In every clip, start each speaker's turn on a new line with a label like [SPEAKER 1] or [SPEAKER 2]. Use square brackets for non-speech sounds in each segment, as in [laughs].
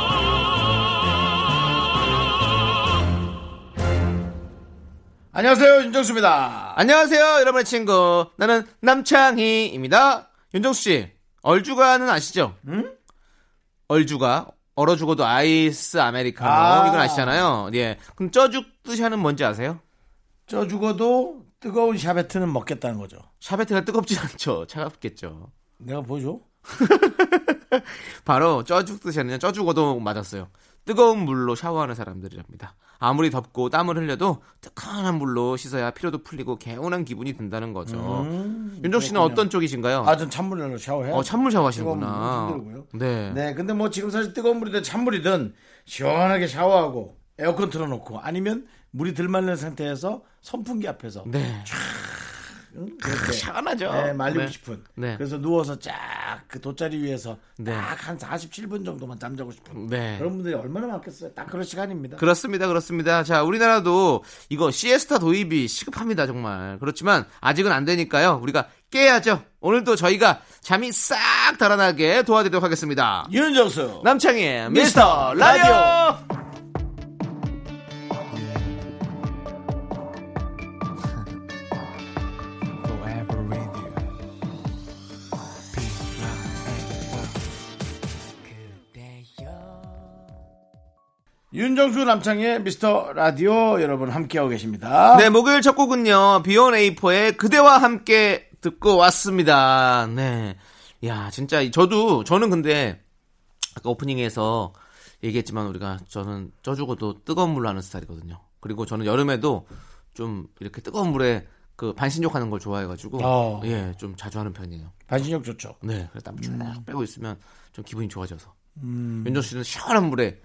[SPEAKER 1] 안녕하세요 윤정수입니다.
[SPEAKER 2] 안녕하세요, 여러분의 친구. 나는 남창희입니다. 윤정수 씨, 얼주가는 아시죠? 얼주가, 얼어 죽어도 아이스 아메리카노.
[SPEAKER 1] 아.
[SPEAKER 2] 이건 아시잖아요. 예. 그럼 쪄죽 뜻이 하는 뭔지 아세요?
[SPEAKER 1] 쪄 죽어도 뜨거운 샤베트는 먹겠다는 거죠.
[SPEAKER 2] 샤베트가 뜨겁지 않죠. [laughs] 차갑겠죠.
[SPEAKER 1] 내가 보여줘? 바로
[SPEAKER 2] 바로 쪄죽 뜻이 아니라 쪄죽어도 맞았어요. 뜨거운 물로 샤워하는 사람들이랍니다. 아무리 덥고 땀을 흘려도 뜨끈한 물로 씻어야 피로도 풀리고 개운한 기분이 든다는 거죠. 윤정
[SPEAKER 1] 음, 그렇군요.
[SPEAKER 2] 씨는 어떤 쪽이신가요?
[SPEAKER 1] 아전 찬물로 샤워해.
[SPEAKER 2] 어, 찬물
[SPEAKER 1] 뜨거운
[SPEAKER 2] 샤워하시는구나.
[SPEAKER 1] 물도 네? 힘들고요. 네, 근데 뭐 지금 사실 뜨거운 물이든 찬물이든 시원하게 샤워하고 에어컨 틀어놓고 아니면 물이 들 말린 상태에서 선풍기 앞에서
[SPEAKER 2] 네.
[SPEAKER 1] 응? 그렇게
[SPEAKER 2] [laughs] 시원하죠.
[SPEAKER 1] 네, 말리고
[SPEAKER 2] 네.
[SPEAKER 1] 싶은.
[SPEAKER 2] 네.
[SPEAKER 1] 그래서 누워서 쫙 그 돗자리 위에서
[SPEAKER 2] 네.
[SPEAKER 1] 딱 한 47분 정도만 잠자고 싶은.
[SPEAKER 2] 네.
[SPEAKER 1] 그런 분들이 얼마나 많겠어요. 딱 그런 시간입니다.
[SPEAKER 2] 그렇습니다, 그렇습니다. 자, 우리나라도 이거 시에스타 도입이 시급합니다, 정말. 그렇지만 아직은 안 되니까요. 우리가 깨야죠. 오늘도 저희가 잠이 싹 달아나게 도와드리도록 하겠습니다.
[SPEAKER 1] 윤정수
[SPEAKER 2] 남창희의
[SPEAKER 1] 미스터
[SPEAKER 2] 미스터
[SPEAKER 1] 라디오.
[SPEAKER 2] 라디오!
[SPEAKER 1] 윤정수 남창의 미스터 라디오 여러분 함께하고 계십니다.
[SPEAKER 2] 네, 목요일 첫 곡은요, 비욘 에이퍼의 그대와 함께 듣고 왔습니다. 네. 야, 진짜, 저도, 저는 근데, 아까 오프닝에서 얘기했지만, 우리가, 저는 쪄 죽어도 뜨거운 물로 하는 스타일이거든요. 그리고 저는 여름에도 좀 이렇게 뜨거운 물에 그 반신욕하는 걸 좋아해가지고,
[SPEAKER 1] 어.
[SPEAKER 2] 예, 좀 자주 하는 편이에요.
[SPEAKER 1] 반신욕 좋죠.
[SPEAKER 2] 네, 그래서 땀쭉
[SPEAKER 1] 음.
[SPEAKER 2] 빼고 있으면 좀 기분이 좋아져서. 윤정 씨는 시원한 물에,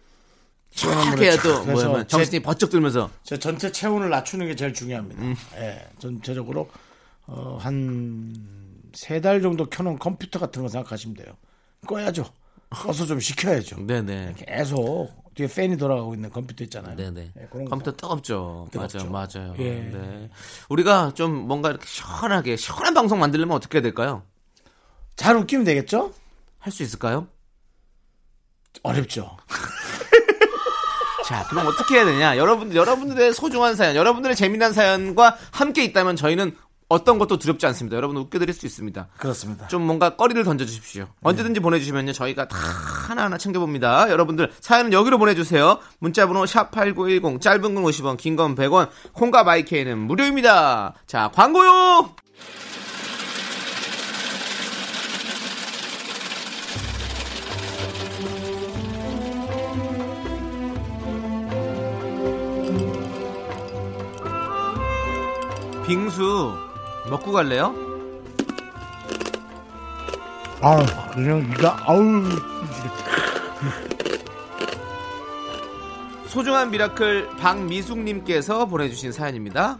[SPEAKER 1] 시원한 물에
[SPEAKER 2] 시원하게 또,
[SPEAKER 1] 촥 해서
[SPEAKER 2] 뭐냐면,
[SPEAKER 1] 제-
[SPEAKER 2] 정신이 번쩍 들면서,
[SPEAKER 1] 제 전체 체온을 낮추는 게 제일 중요합니다.
[SPEAKER 2] 음.
[SPEAKER 1] 예, 전체적으로 어, 한세 달 정도 켜놓은 컴퓨터 같은 거 생각하시면 돼요. 꺼야죠. 꺼서 좀 식혀야죠.
[SPEAKER 2] 네네.
[SPEAKER 1] 계속 뒤에 팬이 돌아가고 있는 컴퓨터 있잖아요.
[SPEAKER 2] 네네.
[SPEAKER 1] 예, 그런 거.
[SPEAKER 2] 컴퓨터 뜨겁죠.
[SPEAKER 1] 뜨겁죠.
[SPEAKER 2] 맞아요, 맞아요.
[SPEAKER 1] 예.
[SPEAKER 2] 네. 우리가 좀 뭔가 이렇게 시원하게 시원한 방송 만들려면 어떻게 해야 될까요?
[SPEAKER 1] 잘 웃기면 되겠죠?
[SPEAKER 2] 할 수 있을까요? [laughs]
[SPEAKER 1] 어렵죠.
[SPEAKER 2] 자, 그럼 어떻게 해야 되냐? 여러분들 여러분들의 소중한 사연, 여러분들의 재미난 사연과 함께 있다면 저희는 어떤 것도 두렵지 않습니다. 여러분 웃겨드릴 수 있습니다.
[SPEAKER 1] 그렇습니다. 네.
[SPEAKER 2] 좀 뭔가 꺼리를 던져주십시오. 언제든지 보내주시면요. 저희가 다 하나하나 챙겨봅니다. 여러분들 사연은 여기로 보내주세요. 문자번호 샵8910, 짧은 건 50원, 긴 건 100원, 콩과 마이케이는 무료입니다. 자, 광고요! 빙수 먹고 갈래요?
[SPEAKER 1] 아우 그냥 이가 아우
[SPEAKER 2] 소중한 미라클 박미숙님께서 보내주신 사연입니다.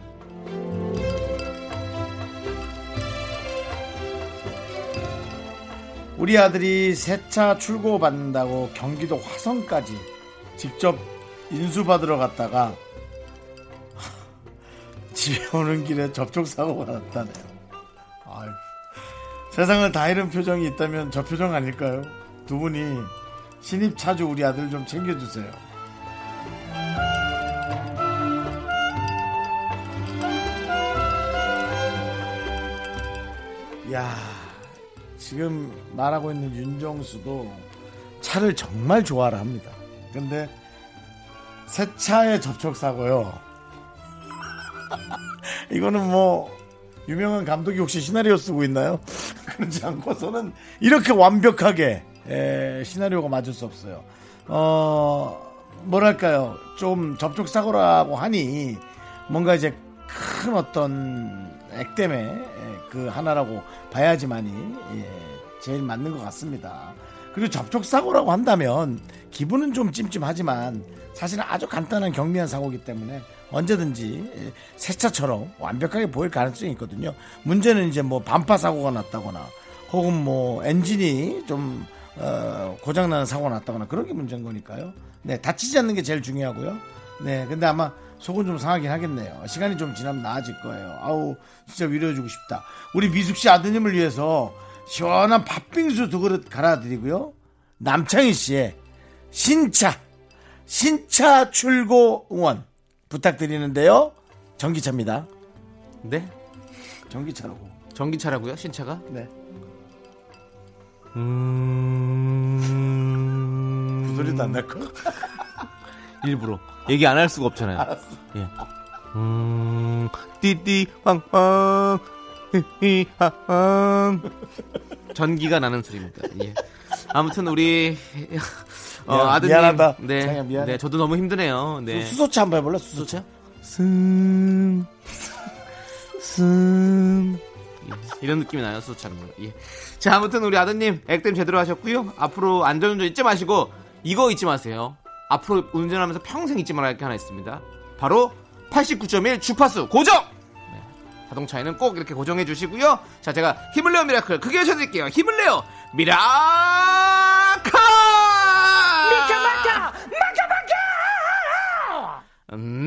[SPEAKER 1] 우리 아들이 새 차 출고 받는다고 경기도 화성까지 직접 인수받으러 갔다가 집에 오는 길에 접촉사고가 났다네요. 아유, 세상을 다 잃은 표정이 있다면 저 표정 아닐까요? 두 분이 신입 차주 우리 아들 좀 챙겨주세요. 야 지금 말하고 있는 윤정수도 차를 정말 좋아라 합니다. 근데 새 차의 접촉 사고요. 이거는 뭐 유명한 감독이 혹시 시나리오 쓰고 있나요? [laughs] 그렇지 않고서는 이렇게 완벽하게 에, 시나리오가 맞을 수 없어요. 어 뭐랄까요 좀 접촉 사고라고 하니 뭔가 이제 큰 어떤 액땜의 에, 그 하나라고 봐야지만이 예, 제일 맞는 것 같습니다. 그리고 접촉 사고라고 한다면 기분은 좀 찜찜하지만 사실은 아주 간단한 경미한 사고이기 때문에 언제든지 예, 세차처럼 완벽하게 보일 가능성이 있거든요. 문제는 이제 뭐 반파 사고가 났다거나 혹은 뭐 엔진이 좀 어, 고장나는 사고가 났다거나 그런 게 문제인 거니까요. 네, 다치지 않는 게 제일 중요하고요. 네, 근데 아마 속은 좀 상하긴 하겠네요. 시간이 좀 지나면 나아질 거예요. 아우, 진짜 위로해주고 싶다. 우리 미숙 씨 아드님을 위해서 시원한 팥빙수 두 그릇 갈아드리고요. 남창희 씨의 신차, 신차 출고 응원 부탁드리는데요. 전기차입니다.
[SPEAKER 2] 네?
[SPEAKER 1] 전기차라고.
[SPEAKER 2] 전기차라고요? 신차가?
[SPEAKER 1] 네.
[SPEAKER 2] 음...
[SPEAKER 1] 그 소리도 안 날 거?
[SPEAKER 2] 일부러 얘기 안 할 수가 없잖아요. 예. 음, 띠띠 빵빵 히히하빵 전기가 나는 소리입니다. 예. 아무튼 우리 어,
[SPEAKER 1] 미안,
[SPEAKER 2] 아드님
[SPEAKER 1] 미안하다.
[SPEAKER 2] 네,
[SPEAKER 1] 장이야, 미안해.
[SPEAKER 2] 네, 저도 너무 힘드네요. 네.
[SPEAKER 1] 수소차 한번 해볼래? 수소차?
[SPEAKER 2] 숨, 숨. 이런 느낌이 나요, 수차는. 예. 자, 아무튼 우리 아드님, 액땜 제대로 하셨고요. 앞으로 안전운전 잊지 마시고, 이거 잊지 마세요. 앞으로 운전하면서 평생 잊지 말아야 할 게 하나 있습니다. 바로 89.1 주파수 고정! 네, 자동차에는 꼭 이렇게 고정해 주시고요. 자, 제가 힘을 내요 미라클 크게 외쳐드릴게요. 힘을 내요 미라클!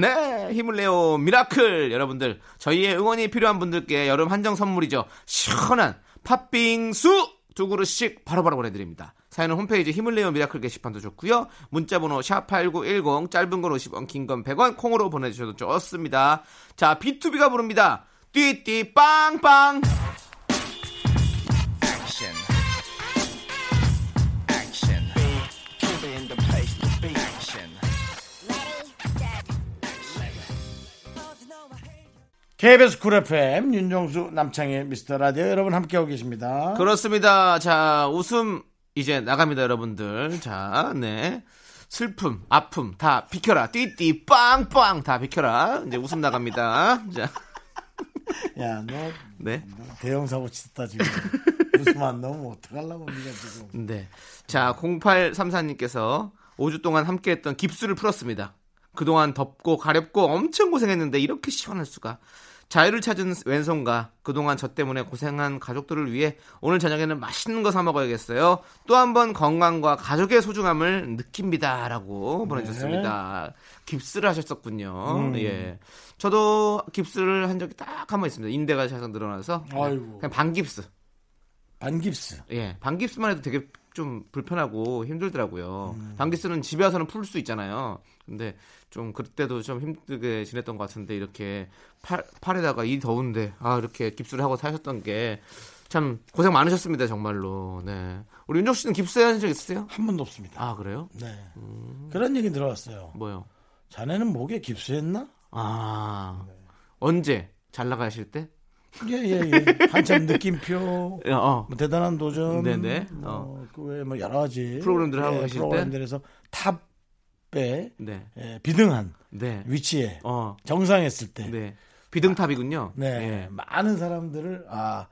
[SPEAKER 2] 네, 힘을 내요 미라클 여러분들 저희의 응원이 필요한 분들께 여름 한정 선물이죠 시원한 팥빙수 두 그릇씩 바로바로 보내드립니다 사연은 홈페이지 힘을 내요 미라클 게시판도 좋고요 문자번호 샵8910 짧은 건 50원 긴 건 100원 콩으로 보내주셔도 좋습니다 자 B2B가 부릅니다 띠띠 빵빵
[SPEAKER 1] KBS 쿨 FM 윤정수 남창희 미스터 라디오 여러분 함께하고 계십니다.
[SPEAKER 2] 그렇습니다. 자, 웃음 이제 나갑니다, 여러분들. 자, 네. 슬픔, 아픔 다 비켜라. 띠띠 빵빵 다 비켜라. 이제 웃음 나갑니다. 자.
[SPEAKER 1] 야, 너
[SPEAKER 2] 네.
[SPEAKER 1] 대형 사고 치셨다 지금. 웃음 안 나오면 어떡하려고 우리가 지금.
[SPEAKER 2] 네. 자, 0834님께서 5주 동안 함께했던 깁스를 풀었습니다. 그동안 덥고 가렵고 엄청 고생했는데 이렇게 시원할 수가. 자유를 찾은 왼손과 그동안 저 때문에 고생한 가족들을 위해 오늘 저녁에는 맛있는 거 사 먹어야겠어요. 또 한 번 건강과 가족의 소중함을
[SPEAKER 1] 네.
[SPEAKER 2] 느낍니다라고 보내주셨습니다. 깁스를 하셨었군요.
[SPEAKER 1] 음.
[SPEAKER 2] 예. 저도 깁스를 한 적이 딱 한 번 있습니다. 인대가 항상 늘어나서 그냥-
[SPEAKER 1] 아이고.
[SPEAKER 2] 그냥 반깁스.
[SPEAKER 1] 반깁스.
[SPEAKER 2] 예, 방깁스만 해도 되게 좀 불편하고 힘들더라고요. 방깁스는 집에 와서는 풀 수 있잖아요. 근데 좀 그때도 좀 힘들게 지냈던 것 같은데 이렇게 팔, 팔에다가 이 더운데 아 이렇게 깁스를 하고 사셨던 게 참 고생 많으셨습니다 정말로. 네, 우리 윤종 씨는 깁스 하신 적 있으세요?
[SPEAKER 1] 한 번도 없습니다.
[SPEAKER 2] 아 그래요?
[SPEAKER 1] 네. 그런 얘기 들어왔어요.
[SPEAKER 2] 뭐요?
[SPEAKER 1] 자네는 목에 깁스했나?
[SPEAKER 2] 아 언제 잘 나가실 때?
[SPEAKER 1] 예, 예, 예. 한참 느낌표.
[SPEAKER 2] 어, 어.
[SPEAKER 1] 뭐 대단한 도전.
[SPEAKER 2] 네네. 어.
[SPEAKER 1] 뭐, 그외뭐 여러 가지. 예,
[SPEAKER 2] 프로그램들을 하고 계실 때?
[SPEAKER 1] 프로그램들에서 탑에
[SPEAKER 2] 네,
[SPEAKER 1] 예, 비등한
[SPEAKER 2] 네,
[SPEAKER 1] 위치에
[SPEAKER 2] 어,
[SPEAKER 1] 정상했을 때.
[SPEAKER 2] 네. 비등탑이군요.
[SPEAKER 1] 네,
[SPEAKER 2] 예.
[SPEAKER 1] 많은 사람들을 아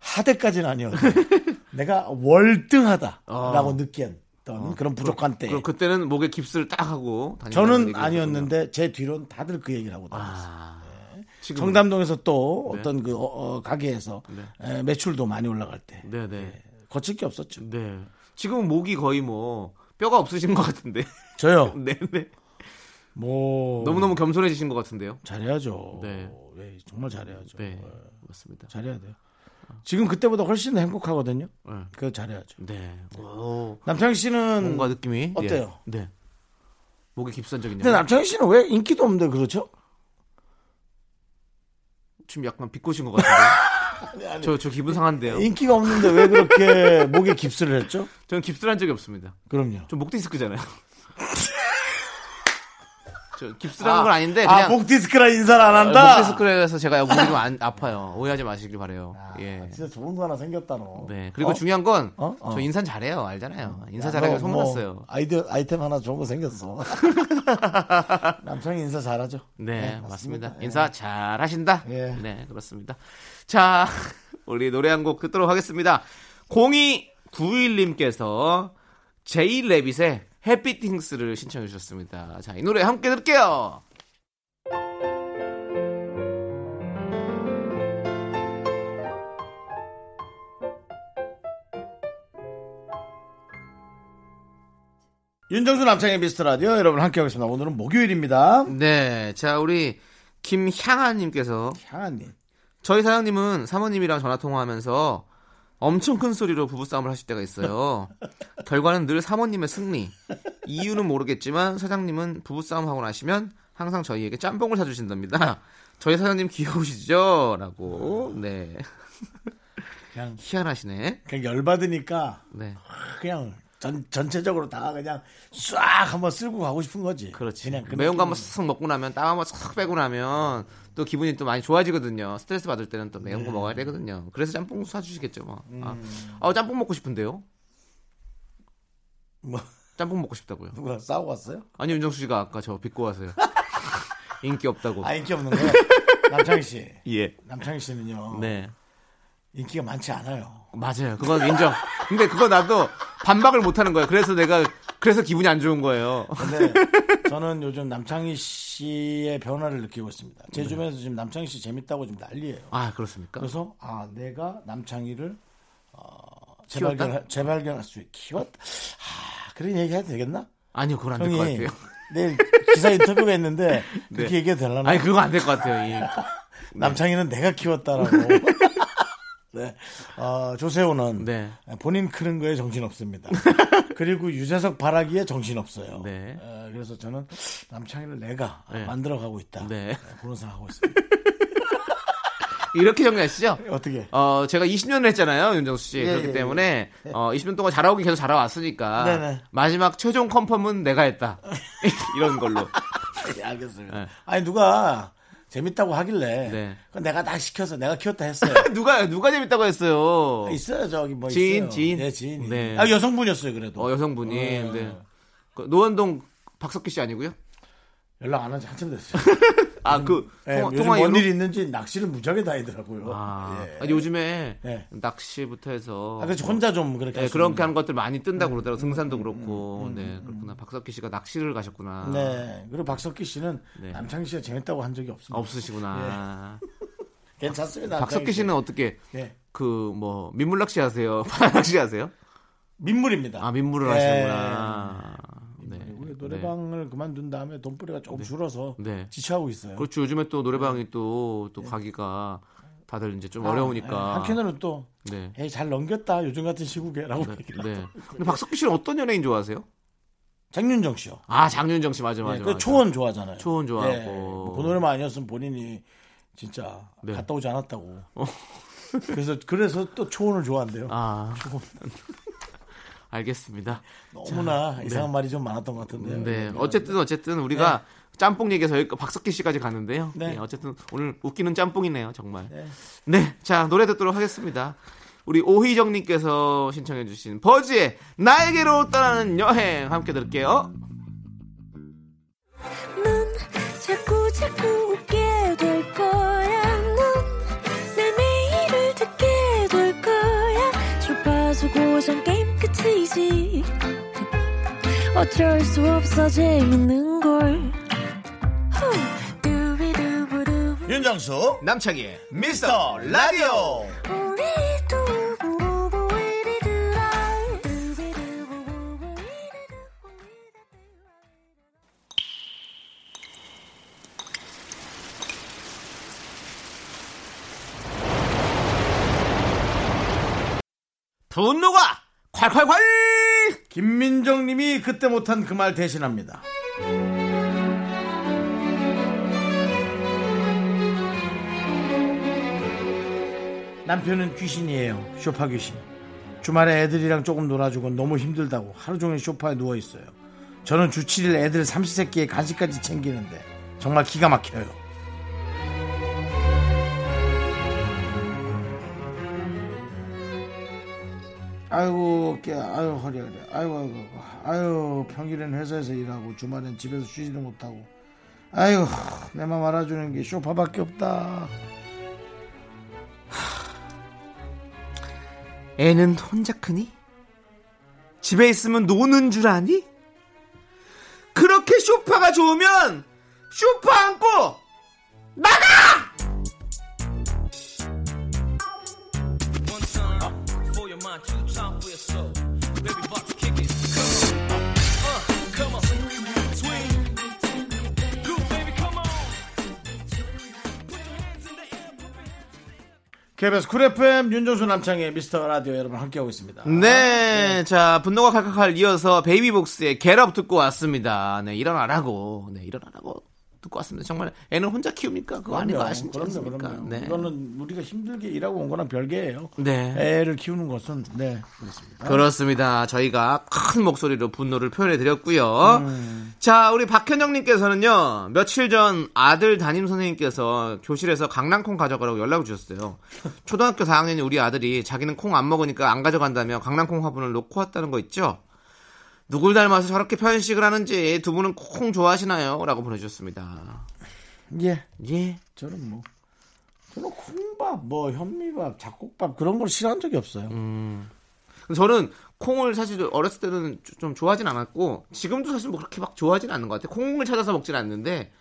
[SPEAKER 1] 하대까지는 아니어도 [laughs] 내가 월등하다라고
[SPEAKER 2] 어.
[SPEAKER 1] 느꼈던 그런 부족한 때.
[SPEAKER 2] 그럼 그때는 목에 깁스를 딱 하고 다니는
[SPEAKER 1] 저는 아니었는데 제 뒤론 다들 그 얘기를 하고 다녔어요.
[SPEAKER 2] 아, 지금
[SPEAKER 1] 정담동에서 또
[SPEAKER 2] 네.
[SPEAKER 1] 어떤 그 어, 어, 가게에서 에, 매출도 많이 올라갈 때
[SPEAKER 2] 네네
[SPEAKER 1] 거칠 게 없었죠.
[SPEAKER 2] 네 지금 목이 거의 뭐 뼈가 없으신 것 같은데 [laughs]
[SPEAKER 1] 저요.
[SPEAKER 2] 네네
[SPEAKER 1] 뭐
[SPEAKER 2] 너무 너무 겸손해지신 것 같은데요
[SPEAKER 1] 잘해야죠.
[SPEAKER 2] 네.
[SPEAKER 1] 예, 정말 잘해야죠.
[SPEAKER 2] 네
[SPEAKER 1] 예,
[SPEAKER 2] 맞습니다
[SPEAKER 1] 잘해야 돼요. 지금 그때보다 훨씬 더 행복하거든요.
[SPEAKER 2] 네.
[SPEAKER 1] 그거 잘해야죠.
[SPEAKER 2] 네오
[SPEAKER 1] 남창희 씨는
[SPEAKER 2] 뭔가 느낌이
[SPEAKER 1] 음, 어때요?
[SPEAKER 2] 예. 네 목에 깁스한 적 있나요
[SPEAKER 1] 근데 남창희 씨는 왜 인기도 없는데 그렇죠?
[SPEAKER 2] 지금 약간 비꼬신 것
[SPEAKER 1] [laughs]
[SPEAKER 2] 같은데 저 저 기분 상한데요
[SPEAKER 1] 인기가 없는데 왜
[SPEAKER 2] [laughs]
[SPEAKER 1] 그렇게 목에 깁스를 했죠?
[SPEAKER 2] 저는 깁스를 한 적이 없습니다
[SPEAKER 1] 그럼요.
[SPEAKER 2] 저
[SPEAKER 1] [laughs]
[SPEAKER 2] 목 디스크잖아요 저 깁스라는 건 아닌데 네, 그냥
[SPEAKER 1] 아목 디스크라 인사를 안 한다.
[SPEAKER 2] 목디스크에서 제가 목이 좀 안, 아파요 오해하지 마시길 바래요 예
[SPEAKER 1] 아, 진짜 좋은 거 하나 생겼다 너.
[SPEAKER 2] 네. 그리고
[SPEAKER 1] 어?
[SPEAKER 2] 중요한 건 저
[SPEAKER 1] 어? 어.
[SPEAKER 2] 인사 잘해요. 알잖아요. 인사
[SPEAKER 1] 야,
[SPEAKER 2] 잘하기로
[SPEAKER 1] 너
[SPEAKER 2] 소문났어요.
[SPEAKER 1] 뭐 아이디어 아이템 하나 좋은 거 생겼어.
[SPEAKER 2] [laughs]
[SPEAKER 1] 남창이 인사 잘하죠.
[SPEAKER 2] 네,
[SPEAKER 1] 맞습니다.
[SPEAKER 2] 맞습니다.
[SPEAKER 1] 예.
[SPEAKER 2] 인사 잘하신다.
[SPEAKER 1] 예.
[SPEAKER 2] [laughs] 네, 그렇습니다. 자, 우리 노래 한 곡 듣도록 하겠습니다. 02 91님께서 제이 레빗의 해피띵스를 신청해 주셨습니다. 자, 이 노래 함께 들을게요.
[SPEAKER 1] 윤정수 남창의 미스터 라디오 여러분 함께하고 있습니다. 오늘은 목요일입니다.
[SPEAKER 2] 네. 자, 우리 김향아님께서
[SPEAKER 1] 향아님.
[SPEAKER 2] 저희 사장님은 사모님이랑 전화 통화하면서 엄청 큰 소리로 부부싸움을 하실 때가 [laughs] 있어요. 결과는 늘 사모님의 승리. 이유는 모르겠지만 사장님은 부부싸움 하고 나시면 항상 저희에게 짬뽕을 사주신답니다. 저희 사장님 귀여우시죠? 라고. 네.
[SPEAKER 1] 그냥,
[SPEAKER 2] 희한하시네.
[SPEAKER 1] 그냥 열받으니까
[SPEAKER 2] 네.
[SPEAKER 1] 그냥 전, 전체적으로 다 그냥 쏴 한번 쓸고 가고 싶은 거지.
[SPEAKER 2] 그렇지.
[SPEAKER 1] 그냥 그
[SPEAKER 2] 매운 거 한번
[SPEAKER 1] 느낌.
[SPEAKER 2] 싹 먹고 나면 땀 한번 싹 빼고 나면 또 기분이 또 많이 좋아지거든요. 스트레스 받을 때는 또 매운 거 먹어야 되거든요. 그래서 짬뽕 사주시겠죠, 뭐. 아, 아, 짬뽕 먹고 싶은데요?
[SPEAKER 1] 뭐
[SPEAKER 2] 짬뽕 먹고 싶다고요.
[SPEAKER 1] 누구랑 싸우고 왔어요?
[SPEAKER 2] 아니, 윤정수 씨가 아까 저 비꼬 와서요. [laughs] 인기 없다고.
[SPEAKER 1] 아 인기 없는 거예요.
[SPEAKER 2] [laughs]
[SPEAKER 1] 남창희 씨.
[SPEAKER 2] 예.
[SPEAKER 1] 남창희 씨는요.
[SPEAKER 2] 네.
[SPEAKER 1] 인기가 많지 않아요.
[SPEAKER 2] 맞아요. 그건 인정. 근데 그거 나도 반박을 못 하는 거예요. 그래서 내가, 그래서 기분이 안 좋은 거예요. [laughs]
[SPEAKER 1] 근데 저는 요즘 남창희 씨의 변화를 느끼고 있습니다.
[SPEAKER 2] 네.
[SPEAKER 1] 제 주변에서 지금 남창희 씨 재밌다고 지금 난리예요.
[SPEAKER 2] 아, 그렇습니까?
[SPEAKER 1] 그래서 아 내가 남창희를 어,
[SPEAKER 2] 키웠다?
[SPEAKER 1] 재발견 재발견할 수 있- 키웠다. 아 그런 얘기 해도 되겠나?
[SPEAKER 2] 아니요, 그건 안 될 것
[SPEAKER 1] 형이
[SPEAKER 2] 같아요.
[SPEAKER 1] 내일 기사 인터뷰가 있는데 그렇게
[SPEAKER 2] [laughs] 네.
[SPEAKER 1] 얘기해도 되려나?
[SPEAKER 2] 아니, 그건 네. 안 될 것 같아요. 이
[SPEAKER 1] 남창희는 내가
[SPEAKER 2] [laughs]
[SPEAKER 1] 키웠다라고. 네. 어, 조세호는
[SPEAKER 2] 네.
[SPEAKER 1] 본인 크는 거에 정신
[SPEAKER 2] [laughs]
[SPEAKER 1] 없습니다. 그리고 유재석 바라기에 정신 없어요.
[SPEAKER 2] 네.
[SPEAKER 1] 그래서 저는 남창희를 내가
[SPEAKER 2] 네.
[SPEAKER 1] 만들어가고 있다.
[SPEAKER 2] 네.
[SPEAKER 1] 그런 생각하고 있습니다.
[SPEAKER 2] 이렇게 정리하시죠?
[SPEAKER 1] 어떻게?
[SPEAKER 2] [laughs] 어, 제가 20년을 했잖아요, 윤정수 씨.
[SPEAKER 1] 예,
[SPEAKER 2] 그렇기
[SPEAKER 1] 예,
[SPEAKER 2] 때문에, 어, 20년 동안 잘하오긴 계속 잘해왔으니까,
[SPEAKER 1] 네네.
[SPEAKER 2] 마지막 최종 컨펌은 내가 [laughs] 했다. 이런 걸로.
[SPEAKER 1] 예, 알겠습니다.
[SPEAKER 2] 네.
[SPEAKER 1] 아니 누가 재밌다고 하길래
[SPEAKER 2] 네.
[SPEAKER 1] 그건 내가 다 시켜서 내가 키웠다
[SPEAKER 2] [laughs]
[SPEAKER 1] 했어요.
[SPEAKER 2] [laughs] 누가, 누가 재밌다고 했어요?
[SPEAKER 1] 있어요 저기 뭐
[SPEAKER 2] 지인,
[SPEAKER 1] 있어요.
[SPEAKER 2] 지인.
[SPEAKER 1] 네, 지인.
[SPEAKER 2] 네.
[SPEAKER 1] 아 여성분이었어요 그래도.
[SPEAKER 2] 어, 여성분이.
[SPEAKER 1] 어,
[SPEAKER 2] 네. 그 노현동 박석기 씨 아니고요?
[SPEAKER 1] 연락 안 한 지 한참 됐어요.
[SPEAKER 2] 아, 그,
[SPEAKER 1] 예,
[SPEAKER 2] 통화,
[SPEAKER 1] 요즘
[SPEAKER 2] 통화 이후로?
[SPEAKER 1] 뭔일 이 있는지 낚시를 무지하게 다니더라고요.
[SPEAKER 2] 아,
[SPEAKER 1] 예.
[SPEAKER 2] 아니, 요즘에
[SPEAKER 1] 네.
[SPEAKER 2] 낚시부터 해서.
[SPEAKER 1] 아, 그렇지 혼자 음. 좀 그렇게.
[SPEAKER 2] 네,
[SPEAKER 1] 할수
[SPEAKER 2] 그렇게 하는 것들 많이 뜬다고 그러더라고. 등산도 그렇고. 네, 그렇구나. 박석기 씨가 낚시를 가셨구나.
[SPEAKER 1] 있는. 음, 네. 그리고 박석기 씨는
[SPEAKER 2] 네.
[SPEAKER 1] 남창희 씨가 재밌다고 한 적이 없습니다.
[SPEAKER 2] 없으시구나.
[SPEAKER 1] 괜찮습니다.
[SPEAKER 2] 박석기
[SPEAKER 1] 남창희 씨.
[SPEAKER 2] 씨는 어떻게
[SPEAKER 1] 예.
[SPEAKER 2] 그 뭐 민물 낚시 하세요? [laughs] 바다 낚시 하세요?
[SPEAKER 1] 민물입니다.
[SPEAKER 2] 아 민물을
[SPEAKER 1] 예.
[SPEAKER 2] 하시는구나. 네.
[SPEAKER 1] 그리고
[SPEAKER 2] 네.
[SPEAKER 1] 노래방을 그만둔 다음에 돈벌이가 조금 줄어서
[SPEAKER 2] 네.
[SPEAKER 1] 지체하고 있어요.
[SPEAKER 2] 그렇죠. 요즘에 또
[SPEAKER 1] 예.
[SPEAKER 2] 노래방이 또 또 가기가 다들 이제 좀 어려우니까.
[SPEAKER 1] 아, 예. 한켠으로 또
[SPEAKER 2] 네.
[SPEAKER 1] 에이, 잘 넘겼다 요즘 같은 시국에라고
[SPEAKER 2] 네.
[SPEAKER 1] 얘기를
[SPEAKER 2] 네. 근데 박석기 씨는 어떤 연예인 좋아하세요?
[SPEAKER 1] 장윤정 씨요.
[SPEAKER 2] 아 장윤정 씨 맞아
[SPEAKER 1] 예,
[SPEAKER 2] 맞아.
[SPEAKER 1] 그
[SPEAKER 2] 맞아.
[SPEAKER 1] 초원 좋아하잖아요.
[SPEAKER 2] 초원 좋아하고.
[SPEAKER 1] 뭐그 노래만 아니었으면 본인이 진짜
[SPEAKER 2] 네. 어.
[SPEAKER 1] 갔다 오지 않았다고. 그래서 그래서 또 초원을 좋아한대요.
[SPEAKER 2] 아. [laughs] 알겠습니다.
[SPEAKER 1] 너무나 이상한 말이 좀 많았던 것 같은데.
[SPEAKER 2] 네. 어쨌든 어쨌든 우리가 짬뽕 얘기에서 여기 박석기 씨까지 가는데요.
[SPEAKER 1] 네.
[SPEAKER 2] 네, 어쨌든 오늘 웃기는 짬뽕이네요, 정말. 네. 자, 노래 듣도록 하겠습니다. 우리 오희정 님께서 신청해 주신 버즈의 나에게로 떠나는 여행 함께 들을게요.
[SPEAKER 3] 넌 자꾸 자꾸 웃게 될 거야. 넌내 매일을 듣게 될 거야. 주파수 고정 게임 끝이지. 어쩔 수 없어 재밌는 걸. 후. 두비두부두.
[SPEAKER 1] 윤정수
[SPEAKER 2] 남창희의
[SPEAKER 1] 미스터 라디오
[SPEAKER 3] 우리 두부부부 우리들아. 두비두부부부 우리들아.
[SPEAKER 2] 분노가 콸콸콸!
[SPEAKER 1] 김민정님이 그때 못한 그 말 대신합니다. 남편은 귀신이에요. 쇼파 귀신. 주말에 애들이랑 조금 놀아주고 너무 힘들다고 하루 종일 쇼파에 누워 있어요. 저는 주 7일 애들 삼시세끼에 간식까지 챙기는데 정말 기가 막혀요. 아이고 깨 아유 허리 허리 아이고 아이고 아이고. 아유 평일엔 회사에서 일하고 주말엔 집에서 쉬지도 못하고 아이고 내 맘 알아주는 게 쇼파밖에 없다
[SPEAKER 2] 애는 혼자 크니? 집에 있으면 노는 줄 아니? 그렇게 쇼파가 좋으면 쇼파 안고 나가!
[SPEAKER 4] Uh,
[SPEAKER 1] KBS 쿨 FM 윤정수 남창의 미스터 라디오 여러분 함께하고 있습니다.
[SPEAKER 2] 네, 자 분노가 칼칼칼 이어서 베이비복스의 겟업 듣고 왔습니다. 네, 일어나라고, 네 일어나라고 듣고 왔습니다. 정말 애는 혼자 키우니까 그거 아닌 거 아시지
[SPEAKER 1] 그럼요,
[SPEAKER 2] 않습니까?
[SPEAKER 1] 그럼요.
[SPEAKER 2] 네.
[SPEAKER 1] 이거는 우리가 힘들게 일하고 온 거랑 별개예요.
[SPEAKER 2] 네.
[SPEAKER 1] 애를 키우는 것은 네 그렇습니다.
[SPEAKER 2] 그렇습니다. 저희가 큰 목소리로 분노를 표현해 드렸고요. 자, 우리 박현정님께서는요, 며칠 전 아들 담임 선생님께서 교실에서 강낭콩 가져가라고 연락을 주셨어요. 초등학교 4학년인 우리 아들이 자기는 콩 안 먹으니까 안 가져간다며 강낭콩 화분을 놓고 왔다는 거 있죠? 누굴 닮아서 저렇게 편식을 하는지 두 분은 콩 좋아하시나요? 라고 보내주셨습니다.
[SPEAKER 1] 예
[SPEAKER 2] 예.
[SPEAKER 1] 저는 뭐 저는 콩밥 뭐 현미밥 잡곡밥 그런 걸 싫어한 적이 없어요.
[SPEAKER 2] 음. 근데 저는 콩을 사실 어렸을 때는 좀- 좀 좋아하진 않았고 지금도 사실 뭐 그렇게 막 좋아하진 않는 것 같아요. 콩을 찾아서 먹진 않는데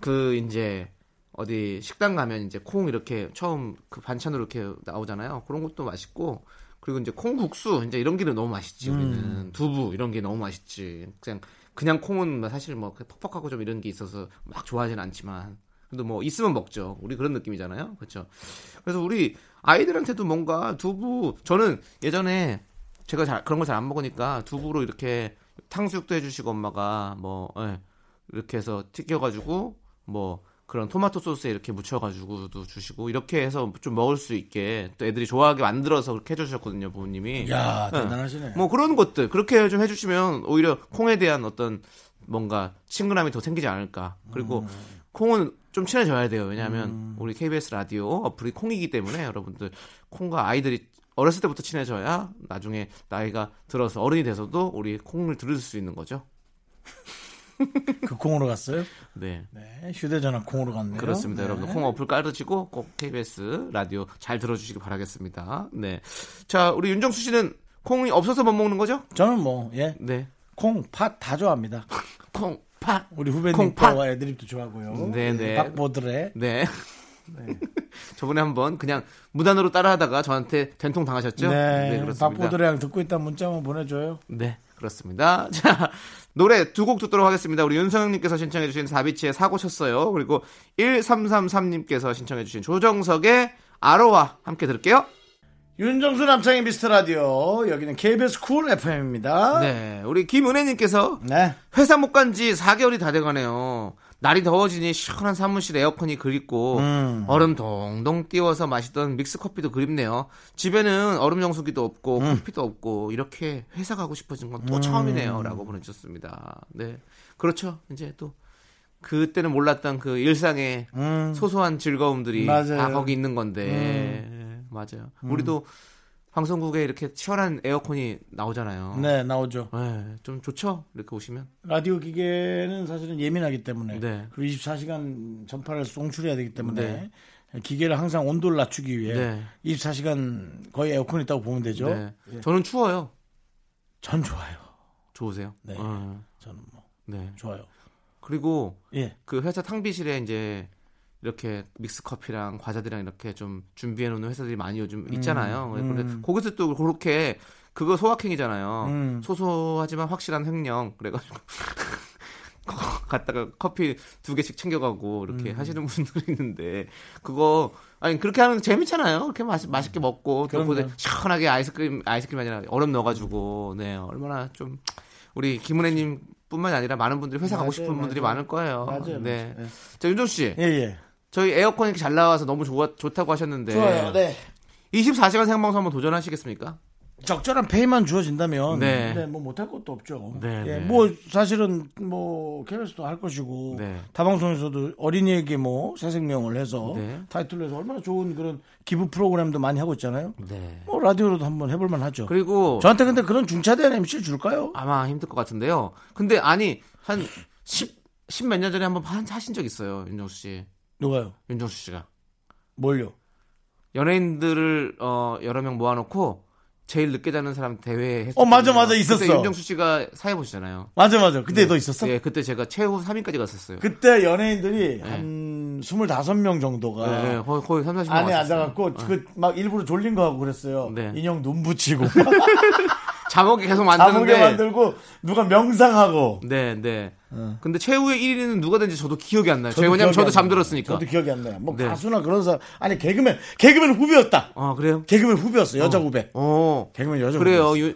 [SPEAKER 2] 그 이제 어디 식당 가면 이제 콩 이렇게 처음 그 반찬으로 이렇게 나오잖아요. 그런 것도 맛있고 그리고 이제 콩국수 이제 이런 게 너무 맛있지 우리는 두부 이런 게 너무 맛있지 그냥 그냥 콩은 사실 뭐 그 퍽퍽하고 좀 이런 게 있어서 막 좋아하진 않지만 그래도 뭐 있으면 먹죠 우리 그런 느낌이잖아요 그렇죠 그래서 우리 아이들한테도 뭔가 두부 저는 예전에 제가 잘 그런 걸 잘 안 먹으니까 두부로 이렇게 탕수육도 해주시고 엄마가 뭐 예, 이렇게 해서 튀겨가지고 뭐 그런 토마토 소스에 이렇게 묻혀가지고도 주시고 이렇게 해서 좀 먹을 수 있게 또 애들이 좋아하게 만들어서 그렇게 해주셨거든요 부모님이
[SPEAKER 1] 야
[SPEAKER 2] 예.
[SPEAKER 1] 대단하시네.
[SPEAKER 2] 뭐 그런 것들 그렇게 좀 해주시면 오히려 콩에 대한 어떤 뭔가 친근함이 더 생기지 않을까 그리고 콩은 좀 친해져야 돼요 왜냐하면 우리 KBS 라디오 어플이 콩이기 때문에 여러분들 콩과 아이들이 어렸을 때부터 친해져야 나중에 나이가 들어서 어른이 돼서도 우리 콩을 들을 수 있는 거죠
[SPEAKER 1] 그 콩으로 갔어요?
[SPEAKER 2] 네
[SPEAKER 1] 네 휴대전화 콩으로 갔네요.
[SPEAKER 2] 그렇습니다,
[SPEAKER 1] 네.
[SPEAKER 2] 여러분. 콩 어플 깔으시고 꼭 KBS 라디오 잘 들어주시기 바라겠습니다. 네, 자 우리 윤정수 씨는 콩이 없어서 못 먹는 거죠?
[SPEAKER 1] 저는 뭐예
[SPEAKER 2] 네,
[SPEAKER 1] 콩, 팥 다 좋아합니다.
[SPEAKER 2] 콩, 팥,
[SPEAKER 1] 우리 후배님
[SPEAKER 2] 콩팥.
[SPEAKER 1] 거와 애드립도 좋아하고요. 예,
[SPEAKER 2] 네네.
[SPEAKER 1] 박보들의
[SPEAKER 2] 네. [laughs] 저번에 한번 그냥 무단으로 따라하다가 저한테 된통 당하셨죠?
[SPEAKER 1] 네,
[SPEAKER 2] 그렇죠? 그렇습니다.
[SPEAKER 1] 박보들이랑 듣고 있다 문자 한번 보내줘요.
[SPEAKER 2] 네, 그렇습니다. [laughs] 자, 노래 두 곡 듣도록 하겠습니다. 우리 윤성형님께서 신청해주신 다비치의 사고 쳤어요. 그리고 1333님께서 신청해주신 조정석의 아로와 함께 들을게요.
[SPEAKER 1] 윤정수 남창의 미스터 라디오 여기는 KBS 쿨 FM입니다. 네.
[SPEAKER 2] 네, 우리 김은혜님께서 회사 못 간 지 4개월이 다 돼가네요. 날이 더워지니 시원한 사무실 에어컨이 그립고 얼음 동동 띄워서 마시던 믹스커피도 그립네요. 집에는 얼음 정수기도 없고 커피도 없고 이렇게 회사 가고 싶어진 건 또 처음이네요. 라고 보내주셨습니다. 네. 그렇죠. 이제 또 그때는 몰랐던 그 일상의
[SPEAKER 1] 음.
[SPEAKER 2] 소소한 즐거움들이
[SPEAKER 1] 맞아요. 음.
[SPEAKER 2] 다 거기 있는 건데 네, 맞아요. 우리도 방송국에 이렇게 시원한 에어컨이 나오잖아요.
[SPEAKER 1] 네, 나오죠.
[SPEAKER 2] 네, 좀 좋죠? 이렇게 오시면.
[SPEAKER 1] 라디오 기계는 사실은 예민하기 때문에
[SPEAKER 2] 네.
[SPEAKER 1] 그리고 24시간 전파를 송출해야 되기 때문에
[SPEAKER 2] 네.
[SPEAKER 1] 기계를 항상 온도를 낮추기 위해
[SPEAKER 2] 네.
[SPEAKER 1] 24시간 거의 에어컨이 있다고 보면 되죠.
[SPEAKER 2] 네. 저는 추워요.
[SPEAKER 1] 전 좋아요.
[SPEAKER 2] 좋으세요?
[SPEAKER 1] 네.
[SPEAKER 2] 어,
[SPEAKER 1] 저는 뭐
[SPEAKER 2] 네.
[SPEAKER 1] 좋아요.
[SPEAKER 2] 그리고
[SPEAKER 1] 예.
[SPEAKER 2] 그 회사 탕비실에 이제 이렇게 믹스 커피랑 과자들이랑 이렇게 좀 준비해 놓는 회사들이 많이 요즘
[SPEAKER 1] 음.
[SPEAKER 2] 있잖아요. 그런데 거기서 또 그렇게 그거 소확행이잖아요.
[SPEAKER 1] 음.
[SPEAKER 2] 소소하지만 확실한 횡령. 그래가지고 [laughs] 갔다가 커피 두 개씩 챙겨가고 이렇게
[SPEAKER 1] 음.
[SPEAKER 2] 하시는 분들이 있는데 그거 아니 그렇게 하는 거 재밌잖아요. 그렇게 맛 맛있게 먹고 또
[SPEAKER 1] 그럼요.
[SPEAKER 2] 그거 시원하게 아이스크림 아이스크림 아니라 얼음 넣어가지고 네 얼마나 좀 우리 김은혜님뿐만 아니라 많은 분들이 회사
[SPEAKER 1] 맞아요,
[SPEAKER 2] 가고 싶은 분들이
[SPEAKER 1] 맞아요.
[SPEAKER 2] 많을 거예요.
[SPEAKER 1] 맞아요.
[SPEAKER 2] 네.
[SPEAKER 1] 맞아요.
[SPEAKER 2] 자 윤종 씨,
[SPEAKER 1] 예, 예.
[SPEAKER 2] 저희 에어컨이 이렇게 잘 나와서 너무 좋아, 좋다고 하셨는데
[SPEAKER 1] 좋아요. 네.
[SPEAKER 2] 24시간 생방송 한번 도전하시겠습니까?
[SPEAKER 1] 적절한 페이만 주어진다면
[SPEAKER 2] 네.
[SPEAKER 1] 네, 뭐 못할 것도 없죠.
[SPEAKER 2] 네,
[SPEAKER 1] 예,
[SPEAKER 2] 네.
[SPEAKER 1] 뭐 사실은 뭐 KBS도 할 것이고
[SPEAKER 2] 네.
[SPEAKER 1] 다방송에서도 어린이에게 뭐 새생명을 해서
[SPEAKER 2] 네.
[SPEAKER 1] 타이틀로 해서 얼마나 좋은 그런 기부 프로그램도 많이 하고 있잖아요.
[SPEAKER 2] 네.
[SPEAKER 1] 뭐 라디오로도 한번 해볼만 하죠.
[SPEAKER 2] 그리고
[SPEAKER 1] 저한테 근데 그런 중차대한 MC 를 줄까요?
[SPEAKER 2] 아마 힘들 것 같은데요. 근데 아니 한 10, 10 몇 년 전에 한번 한- 하신 적 있어요, 윤정수 씨.
[SPEAKER 1] 누가요?
[SPEAKER 2] 윤정수 씨가
[SPEAKER 1] 뭘요?
[SPEAKER 2] 연예인들을 어, 여러 명 모아놓고 제일 늦게 자는 사람 대회 했어.
[SPEAKER 1] 어, 맞아, 맞아, 있었어.
[SPEAKER 2] 그때 윤정수 씨가 사회 보시잖아요.
[SPEAKER 1] 맞아 맞아. 그때 너 있었어?
[SPEAKER 2] 예, 그때 제가 최후 3위까지 갔었어요.
[SPEAKER 1] 그때 연예인들이
[SPEAKER 2] 네.
[SPEAKER 1] 한 25명 정도가
[SPEAKER 2] 예, 예, 거의, 거의 3, 40명
[SPEAKER 1] 안에 앉아갖고 그 막 일부러 졸린 거 하고 그랬어요.
[SPEAKER 2] 네.
[SPEAKER 1] 인형 눈 붙이고
[SPEAKER 2] 자목이 계속 만드는데
[SPEAKER 1] 아무게 만들고 누가 명상하고
[SPEAKER 2] 네, 네. 근데 최후의 1위는 누가 된지 저도 기억이 안
[SPEAKER 1] 어.
[SPEAKER 2] 나요.
[SPEAKER 1] 저도
[SPEAKER 2] 저희 왜냐면
[SPEAKER 1] 기억이
[SPEAKER 2] 저도
[SPEAKER 1] 안 나요.
[SPEAKER 2] 잠들었으니까.
[SPEAKER 1] 저도 기억이 안 나요. 뭐
[SPEAKER 2] 네.
[SPEAKER 1] 가수나 그런 사람 아니 개그맨 개그맨 후배였다.
[SPEAKER 2] 아, 그래요?
[SPEAKER 1] 개그맨 후배였어 여자 후배.
[SPEAKER 2] 어.
[SPEAKER 1] 개그맨 여자
[SPEAKER 2] 그래요.
[SPEAKER 1] 후배였어.
[SPEAKER 2] 유...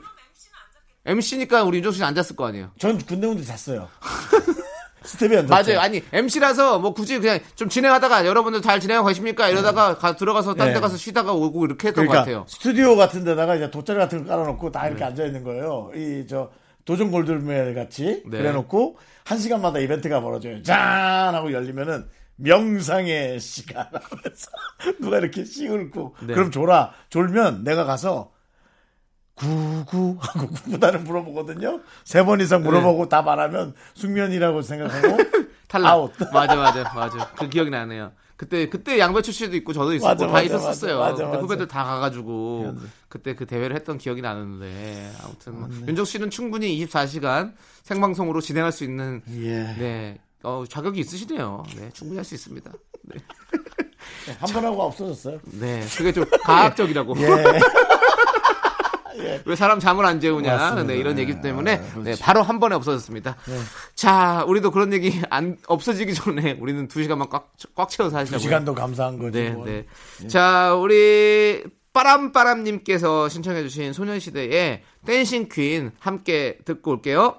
[SPEAKER 2] MC니까 우리 윤정수 씨 앉았을 거 아니에요.
[SPEAKER 1] 전 군대 군대 잤어요. [laughs] 스텝이 안 잤죠.
[SPEAKER 2] 맞아요. 아니 MC라서 뭐 굳이 그냥 좀 진행하다가 여러분들 잘 진행하고 계십니까? 이러다가 가- 들어가서 딴 데
[SPEAKER 1] 네.
[SPEAKER 2] 가서 쉬다가 오고 이렇게 했던 것
[SPEAKER 1] 그러니까
[SPEAKER 2] 같아요. 네.
[SPEAKER 1] 스튜디오 같은 데다가 이제 돗자리 같은 거 깔아놓고 다 이렇게 앉아 있는 거예요. 이 저 도전 골드메 같이
[SPEAKER 2] 네.
[SPEAKER 1] 그래놓고 한 시간마다 이벤트가 벌어져요. 짠 하고 열리면은 명상의 시간 하면서 [laughs] 누가 이렇게 씩 울고
[SPEAKER 2] 네.
[SPEAKER 1] 그럼 졸아 졸면 내가 가서 구구 하고 구구단을 물어보거든요. 세 번 이상
[SPEAKER 2] 네.
[SPEAKER 1] 물어보고 답 안 하면 숙면이라고
[SPEAKER 2] [laughs]
[SPEAKER 1] 생각하고
[SPEAKER 2] 탈락.
[SPEAKER 1] 아웃.
[SPEAKER 2] 맞아, 맞아, 맞아. 그 기억이 나네요. 그때 그때 양배추 씨도 있고 저도 있었고
[SPEAKER 1] 맞아,
[SPEAKER 2] 다
[SPEAKER 1] 맞아,
[SPEAKER 2] 있었었어요.
[SPEAKER 1] 맞아, 맞아,
[SPEAKER 2] 그때
[SPEAKER 1] 맞아.
[SPEAKER 2] 후배들 다 가가지고 그때 그 대회를 했던 기억이 나는데 아무튼 뭐 윤정 씨는 충분히 24시간 생방송으로 진행할 수 있는
[SPEAKER 1] 예.
[SPEAKER 2] 네 어, 자격이 있으시네요. 네 충분히 할 수 있습니다. 네,
[SPEAKER 1] 한 번 하고 없어졌어요.
[SPEAKER 2] 네 그게 좀 과학적이라고. [laughs] 왜 사람 잠을 안 재우냐
[SPEAKER 1] 예. 맞습니다.
[SPEAKER 2] 네, 이런 얘기 때문에
[SPEAKER 1] 아, 네.
[SPEAKER 2] 네,
[SPEAKER 1] 그렇지.
[SPEAKER 2] 바로 한 번에 없어졌습니다. 자 우리도 그런 얘기 안 없어지기 전에 우리는 두 시간만 꽉, 꽉 채워서 하시자고요.
[SPEAKER 1] 두 시간도 감사한 거지.
[SPEAKER 2] 뭐. 네,
[SPEAKER 1] 뭐.
[SPEAKER 2] 네. 자, 우리 빠람빠람님께서 신청해주신 소녀시대의 댄싱 퀸 함께 듣고 올게요.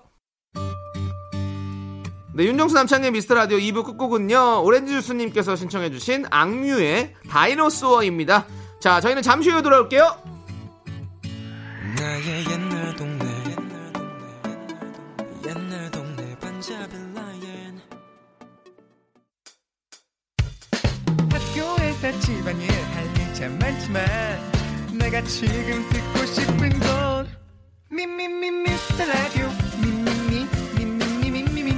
[SPEAKER 2] 네, 윤정수 남창의 미스터 라디오 2부 끝곡은요, 오렌지 주스님께서 신청해주신 악뮤의 다이노소어입니다. 자, 저희는 잠시 후에 돌아올게요.
[SPEAKER 5] 나의 옛날 동네 옛날 동네 반자빌라엔
[SPEAKER 6] 학교에서 집안일 할 일 참 많지만 내가 지금 듣고 싶은 건 미미미 미스터 라디오 미미미 미미미 미미미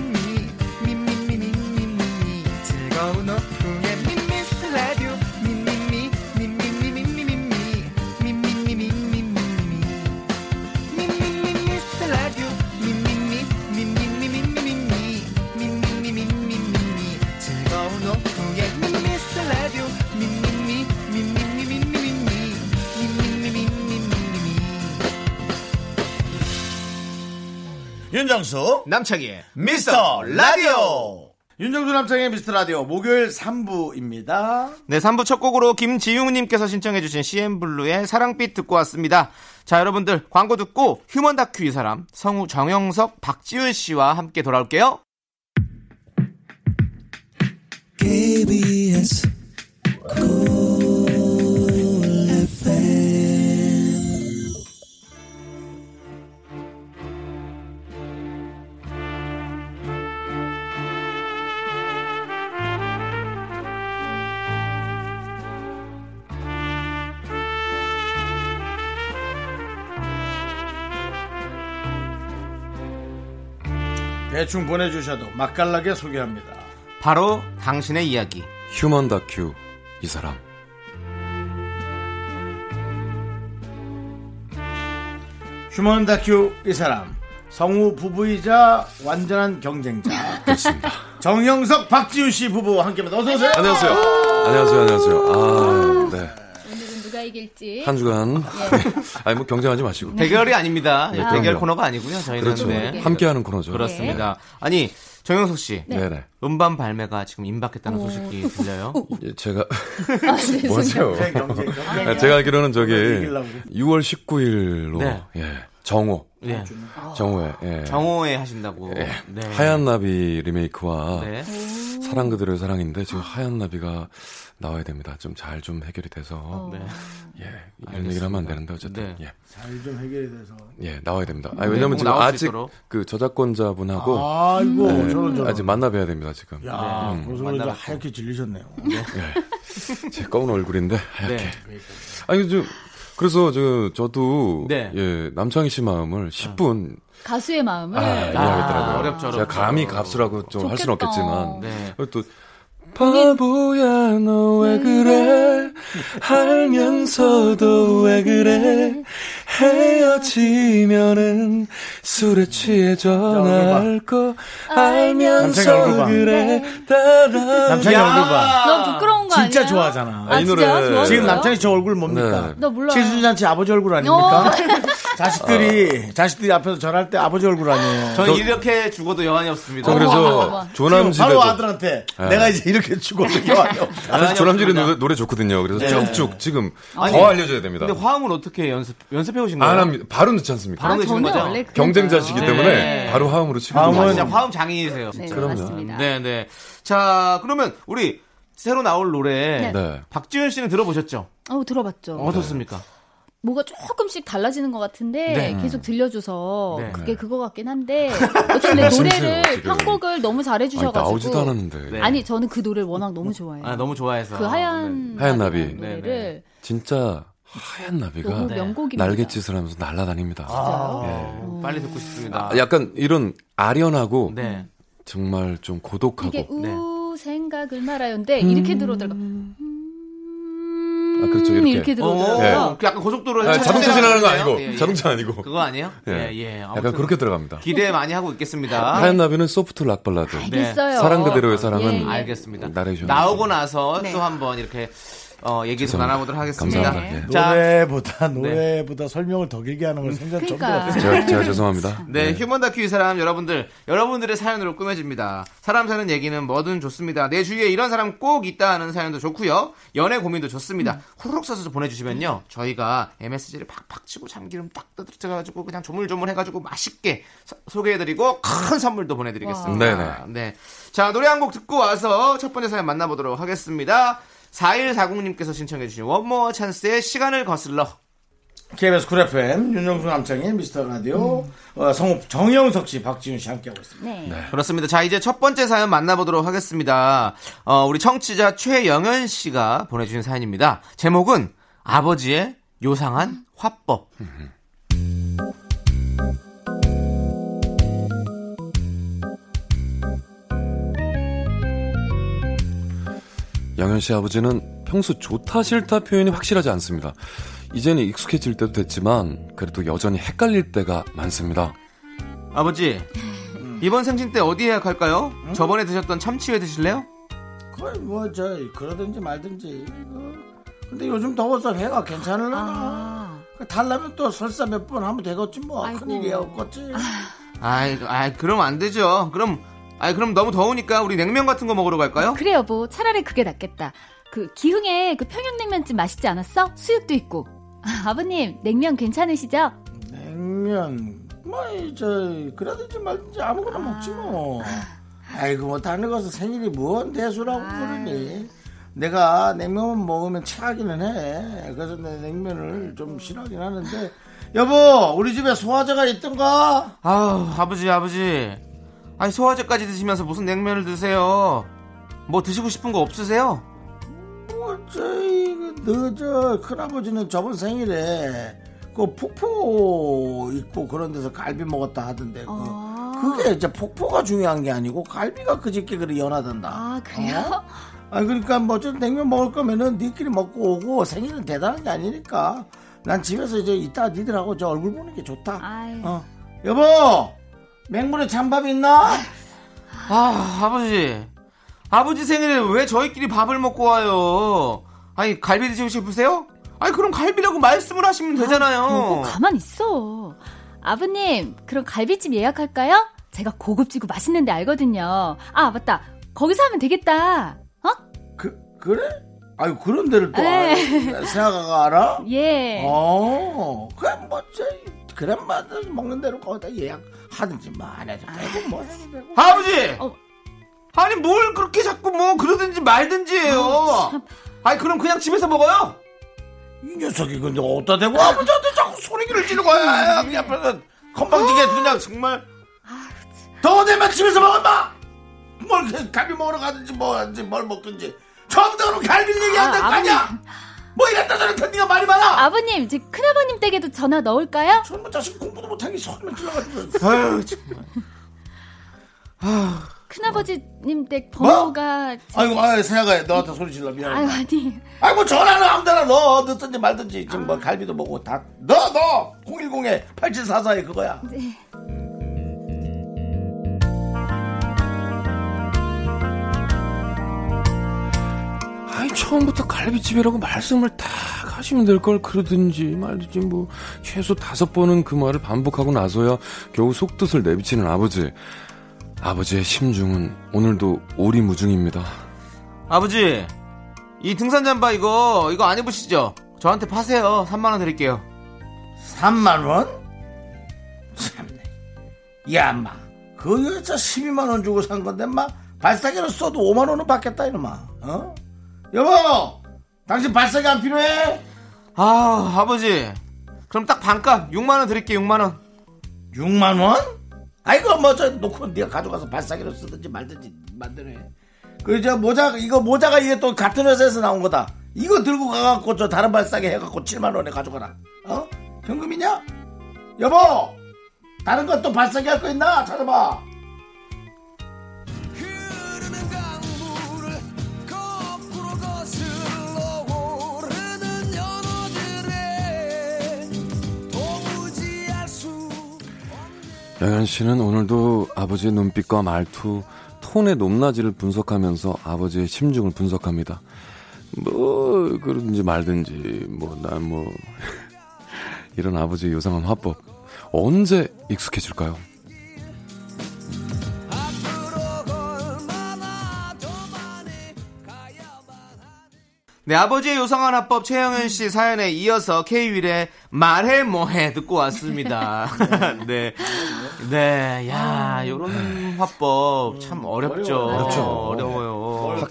[SPEAKER 6] 미미미 미미미 즐거운 오후에 미미스터 라디오 미미미 미미미 미미미 미미미 미미미
[SPEAKER 1] 윤정수
[SPEAKER 2] 남창희의
[SPEAKER 1] 미스터 라디오 윤정수 남창의 미스터 라디오 목요일 3부입니다
[SPEAKER 2] 네, 3부 첫 곡으로 김지웅님께서 신청해주신 CM블루의 사랑빛 듣고 왔습니다. 자, 여러분들 광고 듣고 휴먼 다큐 이 사람 성우 정영석, 박지윤 씨와 함께 돌아올게요.
[SPEAKER 5] KBS
[SPEAKER 1] 대충 보내주셔도 맛깔나게 소개합니다
[SPEAKER 2] 바로 당신의 이야기.
[SPEAKER 7] 휴먼 다큐 이 사람
[SPEAKER 1] 휴먼 다큐 이 사람 성우 부부이자 완전한 경쟁자
[SPEAKER 7] [laughs] 그렇습니다.
[SPEAKER 1] 정영석 박지윤 씨 부부 함께합니다 어서오세요
[SPEAKER 7] 안녕하세요. 안녕하세요. 안녕하세요. 아, 네.
[SPEAKER 8] 오늘은 누가 이길지. 예. 네.
[SPEAKER 7] 한 주간 [laughs] 아니 뭐 경쟁하지 마시고
[SPEAKER 2] 대결이 아닙니다. 예, 대결
[SPEAKER 7] 그럼요.
[SPEAKER 2] 코너가 아니고요. 저희는
[SPEAKER 7] 그렇죠.
[SPEAKER 2] 네.
[SPEAKER 7] 함께하는 코너죠.
[SPEAKER 2] 그렇습니다. 아니 정영석 씨.
[SPEAKER 7] 네. 네네.
[SPEAKER 2] 음반 발매가 지금 임박했다는 소식이 들려요.
[SPEAKER 7] 예, 제가 [laughs]
[SPEAKER 8] 아, 죄송해요.
[SPEAKER 7] 뭐죠?
[SPEAKER 1] 경쟁 경쟁
[SPEAKER 7] 아, 제가 알기로는 저기
[SPEAKER 1] 이기려고.
[SPEAKER 7] 6월 19일로
[SPEAKER 2] 네.
[SPEAKER 7] 예, 정호
[SPEAKER 2] 예,
[SPEAKER 8] 아.
[SPEAKER 7] 정호의 예,
[SPEAKER 2] 정호에 하신다고.
[SPEAKER 7] 예,
[SPEAKER 2] 네.
[SPEAKER 7] 하얀 나비 리메이크와
[SPEAKER 2] 네.
[SPEAKER 7] 사랑 그대로의 사랑인데 지금 하얀 나비가 나와야 됩니다. 좀 잘 좀 해결이 돼서
[SPEAKER 2] 네.
[SPEAKER 7] 예, 이런 얘기를 하면 안 되는데 어쨌든
[SPEAKER 2] 네.
[SPEAKER 7] 예.
[SPEAKER 1] 잘좀 해결이 돼서
[SPEAKER 7] 예, 나와야 됩니다. 아니,
[SPEAKER 2] 네,
[SPEAKER 7] 왜냐면
[SPEAKER 2] 꼭
[SPEAKER 7] 지금
[SPEAKER 2] 나올 수
[SPEAKER 7] 아직
[SPEAKER 2] 있도록. 그렇죠.
[SPEAKER 7] 그 저작권자분하고
[SPEAKER 1] 아이고
[SPEAKER 7] 네,
[SPEAKER 1] 저런 저런
[SPEAKER 7] 아직 네. 만나 뵈야 됩니다, 지금.
[SPEAKER 1] 야 고소를 좀
[SPEAKER 2] 만나봤고.
[SPEAKER 1] 하얗게 질리셨네요
[SPEAKER 7] 제 검은 얼굴인데 하얗게.
[SPEAKER 2] 네.
[SPEAKER 7] 아니, 좀 그래서 저 저도
[SPEAKER 2] 네. 아.
[SPEAKER 7] 예, 남창희 씨 마음을 10분
[SPEAKER 8] 가수의 마음을. 네.
[SPEAKER 7] 아, 이해하겠더라고요.
[SPEAKER 2] 어렵죠, 어렵죠.
[SPEAKER 7] 제가 감히 값으라고 좀 할 수는
[SPEAKER 8] 좋겠다.
[SPEAKER 7] 없겠지만
[SPEAKER 2] 아. 네.
[SPEAKER 7] 또 바보야
[SPEAKER 8] 음.
[SPEAKER 7] 너 왜 그래 알면서도 왜 그래 헤어지면은 술에 취해 전화할 거
[SPEAKER 8] 아,
[SPEAKER 1] 남창이 얼굴
[SPEAKER 7] 알면서
[SPEAKER 1] 봐.
[SPEAKER 7] 그래 따라
[SPEAKER 2] 아!
[SPEAKER 1] 남창이 얼굴 봐.
[SPEAKER 8] 너무 부끄러운 거 네. 아니야?
[SPEAKER 1] 진짜 좋아하잖아.
[SPEAKER 8] 아,
[SPEAKER 7] 이
[SPEAKER 8] 진짜?
[SPEAKER 7] 노래.
[SPEAKER 8] 좋아하세요?
[SPEAKER 1] 지금
[SPEAKER 7] 네.
[SPEAKER 1] 남창이 저 얼굴 뭡니까?
[SPEAKER 8] 나 몰라.
[SPEAKER 1] 칠순잔치 아버지 얼굴
[SPEAKER 8] 어.
[SPEAKER 1] 아닙니까? [laughs] 자식들이 자식들이 앞에서 절할 때 아버지 얼굴 아니에요.
[SPEAKER 2] 저는 이렇게 죽어도 여한이 없습니다.
[SPEAKER 7] 저
[SPEAKER 8] 어머,
[SPEAKER 7] 그래서
[SPEAKER 8] 어머.
[SPEAKER 1] 바로
[SPEAKER 7] 조남지대도 네.
[SPEAKER 1] 아들한테 내가 이제 이렇게 죽어도 여한이 없다.
[SPEAKER 7] 아, 조남지대
[SPEAKER 2] 아니었습니다.
[SPEAKER 7] 노래, 노래 좋거든요. 그래서 쭉쭉 지금
[SPEAKER 2] 네. 아니,
[SPEAKER 7] 더 알려줘야 됩니다.
[SPEAKER 2] 근데 화음을 어떻게 연습 연습해 오신 거예요?
[SPEAKER 7] 안 합니다. 바로 넣지 않습니까?
[SPEAKER 2] 바로
[SPEAKER 8] 아,
[SPEAKER 2] 내시는
[SPEAKER 8] 저는
[SPEAKER 2] 거죠?
[SPEAKER 8] 원래 그런
[SPEAKER 7] 경쟁자시기
[SPEAKER 8] 거예요.
[SPEAKER 7] 때문에 바로 화음으로 치고
[SPEAKER 1] 화음은-
[SPEAKER 7] 들어가죠.
[SPEAKER 2] 진짜 화음 장인이세요.
[SPEAKER 8] 네,
[SPEAKER 2] 진짜.
[SPEAKER 8] 맞습니다.
[SPEAKER 2] 네, 네. 자, 그러면 우리 새로 나올 노래
[SPEAKER 8] 네.
[SPEAKER 7] 네.
[SPEAKER 2] 박지윤 씨는 들어보셨죠?
[SPEAKER 8] 어, 들어봤죠.
[SPEAKER 2] 어떻습니까?
[SPEAKER 8] 뭐가 조금씩 달라지는 것 같은데
[SPEAKER 2] 네.
[SPEAKER 8] 계속 들려줘서
[SPEAKER 2] 네.
[SPEAKER 8] 그게 그거 같긴 한데 어쨌든 내
[SPEAKER 7] 심심해요,
[SPEAKER 8] 노래를
[SPEAKER 7] 지금.
[SPEAKER 8] 편곡을 너무
[SPEAKER 7] 아니,
[SPEAKER 8] 잘해주셔가지고
[SPEAKER 7] 나오지도 않았는데.
[SPEAKER 2] 네.
[SPEAKER 8] 아니 저는 그 노래를 워낙 너무 좋아해요.
[SPEAKER 2] 아, 너무 좋아해서.
[SPEAKER 8] 그 하얀
[SPEAKER 7] 어. 네. 하얀 나비.
[SPEAKER 8] 나비라는
[SPEAKER 2] 네,
[SPEAKER 8] 노래를
[SPEAKER 7] 진짜 하얀 나비가
[SPEAKER 8] 너무 명곡입니다.
[SPEAKER 7] 날갯짓을 하면서 날아다닙니다.
[SPEAKER 8] 어.
[SPEAKER 2] 네. 빨리 듣고 싶습니다.
[SPEAKER 7] 아, 약간 이런 아련하고
[SPEAKER 2] 네.
[SPEAKER 7] 정말 좀 고독하고
[SPEAKER 8] 이게
[SPEAKER 2] 네.
[SPEAKER 8] 우 생각을 말아요인데 이렇게 들어오더라고. 음,
[SPEAKER 7] 아, 그렇죠, 이렇게.
[SPEAKER 8] 들어오더라고.
[SPEAKER 2] 오, 그 약간 고속도로에
[SPEAKER 7] 아, 자동차 지나가는 거 아니고
[SPEAKER 2] 예, 예.
[SPEAKER 7] 자동차 아니고
[SPEAKER 2] 그거 아니에요? 예,
[SPEAKER 7] 예.
[SPEAKER 2] 예. 아무튼
[SPEAKER 7] 약간 그렇게 들어갑니다.
[SPEAKER 2] 기대 많이 하고 있겠습니다.
[SPEAKER 7] 하얀 나비는 소프트 락 발라드.
[SPEAKER 8] 알겠어요.
[SPEAKER 7] 사랑 그대로의 사랑은
[SPEAKER 8] 네. 예, 예.
[SPEAKER 2] 알겠습니다.
[SPEAKER 7] 나레이션.
[SPEAKER 2] 나오고 나서
[SPEAKER 8] 네.
[SPEAKER 2] 또 한번 이렇게 어, 얘기 좀 나눠보도록 하겠습니다.
[SPEAKER 7] 감사합니다.
[SPEAKER 8] 네.
[SPEAKER 7] 예.
[SPEAKER 2] 자,
[SPEAKER 1] 노래보다 노래보다 설명을 더 길게 하는 걸 생전 처음
[SPEAKER 8] 그러니까.
[SPEAKER 1] 들었어요.
[SPEAKER 7] 제가, 제가 죄송합니다.
[SPEAKER 2] 네, 휴먼 다큐 이 사람 여러분들, 여러분들의 사연으로 꾸며집니다. 사람 사는 얘기는 뭐든 좋습니다. 내 주위에 이런 사람 꼭 있다 하는 사연도 좋고요. 연애 고민도 좋습니다. 후루룩 써서 보내주시면요. 저희가 MSG를 팍팍 치고 참기름 딱 떠들어가지고 그냥 조물조물 해가지고 맛있게 서- 소개해드리고 큰 선물도 보내드리겠습니다.
[SPEAKER 7] 와.
[SPEAKER 2] 네. 자, 노래 한 곡 듣고 와서 첫 번째 사연 만나보도록 하겠습니다. 4140님께서 신청해주신 원모어 찬스의 시간을 거슬러.
[SPEAKER 1] KBS 쿨 FM 윤정수 남창의 미스터 라디오
[SPEAKER 2] 음.
[SPEAKER 1] 어, 성우 정영석 씨, 박지윤 씨 함께하고 있습니다.
[SPEAKER 8] 네.
[SPEAKER 2] 그렇습니다. 자, 이제 첫 번째 사연 만나보도록 하겠습니다. 어, 우리 청취자 최영현 씨가 보내주신 사연입니다. 제목은 아버지의 요상한 화법.
[SPEAKER 7] 양현 씨 아버지는 평소 좋다 싫다 표현이 확실하지 않습니다. 이제는 익숙해질 때도 됐지만 그래도 여전히 헷갈릴 때가 많습니다.
[SPEAKER 2] 아버지,
[SPEAKER 1] 음.
[SPEAKER 2] 이번 생신 때 어디 예약할까요? 저번에 드셨던 참치회 드실래요?
[SPEAKER 1] 그걸 뭐저 그러든지 말든지. 어. 근데 요즘 더워서 회가 괜찮을라.
[SPEAKER 8] 아,
[SPEAKER 1] 달라면 또 설사 몇 번 하면 되겠지 뭐
[SPEAKER 8] 아이고.
[SPEAKER 1] 큰일이 없겠지.
[SPEAKER 2] 아이, 아이, 그럼 안 되죠. 그럼, 아이, 그럼 너무 더우니까 우리 냉면 같은 거 먹으러
[SPEAKER 7] 어?
[SPEAKER 2] 갈까요?
[SPEAKER 8] 그래 여보 뭐. 차라리 그게 낫겠다. 그 기흥에 그 평양냉면집 맛있지 않았어? 수육도 있고. 아, 아버님 냉면 괜찮으시죠?
[SPEAKER 1] 냉면 뭐저 그러든지 말든지 아무거나 먹지 뭐. 아이고 뭐 다른 거서 생일이 뭔 대수라고
[SPEAKER 7] 아,
[SPEAKER 1] 그러니. 내가 냉면 먹으면 체하기는 해. 그래서 내 냉면을 좀 싫어하긴 하는데. 여보 우리 집에 소화제가 있던가?
[SPEAKER 2] 아우, 아버지, 아버지. 아니, 소화제까지 드시면서 무슨 냉면을 드세요? 뭐 드시고 싶은 거 없으세요?
[SPEAKER 1] 뭐저너저 그 큰아버지는 저번 생일에 그 폭포 있고 그런 데서 갈비 먹었다 하던데 그 그게 이제 폭포가 중요한 게 아니고 갈비가 그저께 그래 연하단다.
[SPEAKER 8] 아, 그래요?
[SPEAKER 7] 어?
[SPEAKER 1] 아 그러니까 뭐 좀 냉면 먹을 거면은 니끼리 먹고 오고 생일은 대단한 게 아니니까 난 집에서 이제 이따 니들하고 저 얼굴 보는 게 좋다.
[SPEAKER 8] 아유.
[SPEAKER 1] 어 여보 맹물에 찬밥 있나?
[SPEAKER 2] 아, 아버지. 아버지 생일에 왜 저희끼리 밥을 먹고 와요? 아니, 갈비 드시고 싶으세요? 아니, 그럼 갈비라고 말씀을 하시면 되잖아요.
[SPEAKER 8] 보고 뭐 가만 있어. 아버님, 그럼 갈비집 예약할까요? 제가 고급지고 맛있는 데 알거든요. 아, 맞다. 거기서 하면 되겠다. 어?
[SPEAKER 1] 그 그래? 아유 그런 데를 또
[SPEAKER 8] 에.
[SPEAKER 1] 생각가 알아?
[SPEAKER 8] 예.
[SPEAKER 1] 어, 그냥 뭐, 저, 그랜마다 먹는 대로 거기다 예약하든지, 뭐, 안 해도 되고, 뭐 해도 되고.
[SPEAKER 2] 아버지!
[SPEAKER 8] 어.
[SPEAKER 2] 아니, 뭘 그렇게 자꾸 뭐, 그러든지 말든지 해요. 아니, 그럼 그냥 집에서 먹어요?
[SPEAKER 1] 이 녀석이 근데 어디다 대고 아버지한테 자꾸 소리기를 지르고, 야, 그냥 앞에서 건방지게 그냥 정말. 더워내면 집에서 먹어, 임마! 뭘, 그 갈비 먹으러 가든지, 뭐, 하든지, 뭘 먹든지. 처음부터 그럼 갈비를 얘기해야 될거
[SPEAKER 8] 아,
[SPEAKER 1] 아니야! 뭐 이랬다 저랬다 니가 말이 많아!
[SPEAKER 8] 아버님, 이제 큰아버님 댁에도 전화 넣을까요?
[SPEAKER 1] 저놈의 자식 공부도 못하게 소리만 질러가지고.
[SPEAKER 2] 아유, 정말.
[SPEAKER 8] 큰아버지님 댁 번호가
[SPEAKER 1] 아이고, 아이, 생각해. 너한테 소리 질러, 미안해.
[SPEAKER 8] 아유, 아니.
[SPEAKER 1] 아이고 전화는 아무데나 넣어 넣든지 말든지 지금 뭐 갈비도 먹고 다 넣어 넣어 010에 8744에 그거야.
[SPEAKER 7] 아니 처음부터 갈비집이라고 말씀을 딱 하시면 될 걸 그러든지 말든지 뭐 최소 다섯 번은 그 말을 반복하고 나서야 겨우 속뜻을 내비치는 아버지 아버지의 심중은 오늘도 오리무중입니다
[SPEAKER 2] 아버지, 이 등산 잠바 이거 이거 안 입으시죠? 저한테 파세요. 3만 원 드릴게요.
[SPEAKER 1] 3만 원? 참네. 야, 마. 그 여자 12만 원 주고 산 건데, 마. 발사기로 써도 5만 원은 받겠다, 이놈아. 어? 여보! 당신 발사기 안 필요해?
[SPEAKER 2] 아, 아버지. 그럼 딱 반값 6만 원 드릴게요. 6만 원.
[SPEAKER 1] 6만 원? 아이고, 뭐, 저, 놓고 네가 가져가서 발사기로 쓰든지 말든지, 만드네. 그, 저, 모자, 이거 모자가 이게 또 같은 회사에서 나온 거다. 이거 들고 가갖고, 저, 다른 발사기 해갖고 7만 원에 가져가라. 어? 현금이냐? 여보! 다른 거 또 발사기 할 거 있나? 찾아봐.
[SPEAKER 6] 흐르는 강물을 거꾸로 거슬러 오르는 연어들의 도무지 알수
[SPEAKER 7] 영현 씨는 오늘도 아버지의 눈빛과 말투, 톤의 높낮이를 분석하면서 아버지의 심중을 분석합니다. 뭐 그런지 말든지 뭐 난 뭐 [laughs] 이런 아버지의 요상한 화법 언제 익숙해질까요?
[SPEAKER 2] 네, 아버지의 요상한 합법 최영현 씨 사연에 이어서 K-윌의 말해 뭐해 듣고 왔습니다. [laughs] 네. 네, 야, 요런 화법 참 어렵죠.
[SPEAKER 1] 어렵죠.
[SPEAKER 2] 어려워요.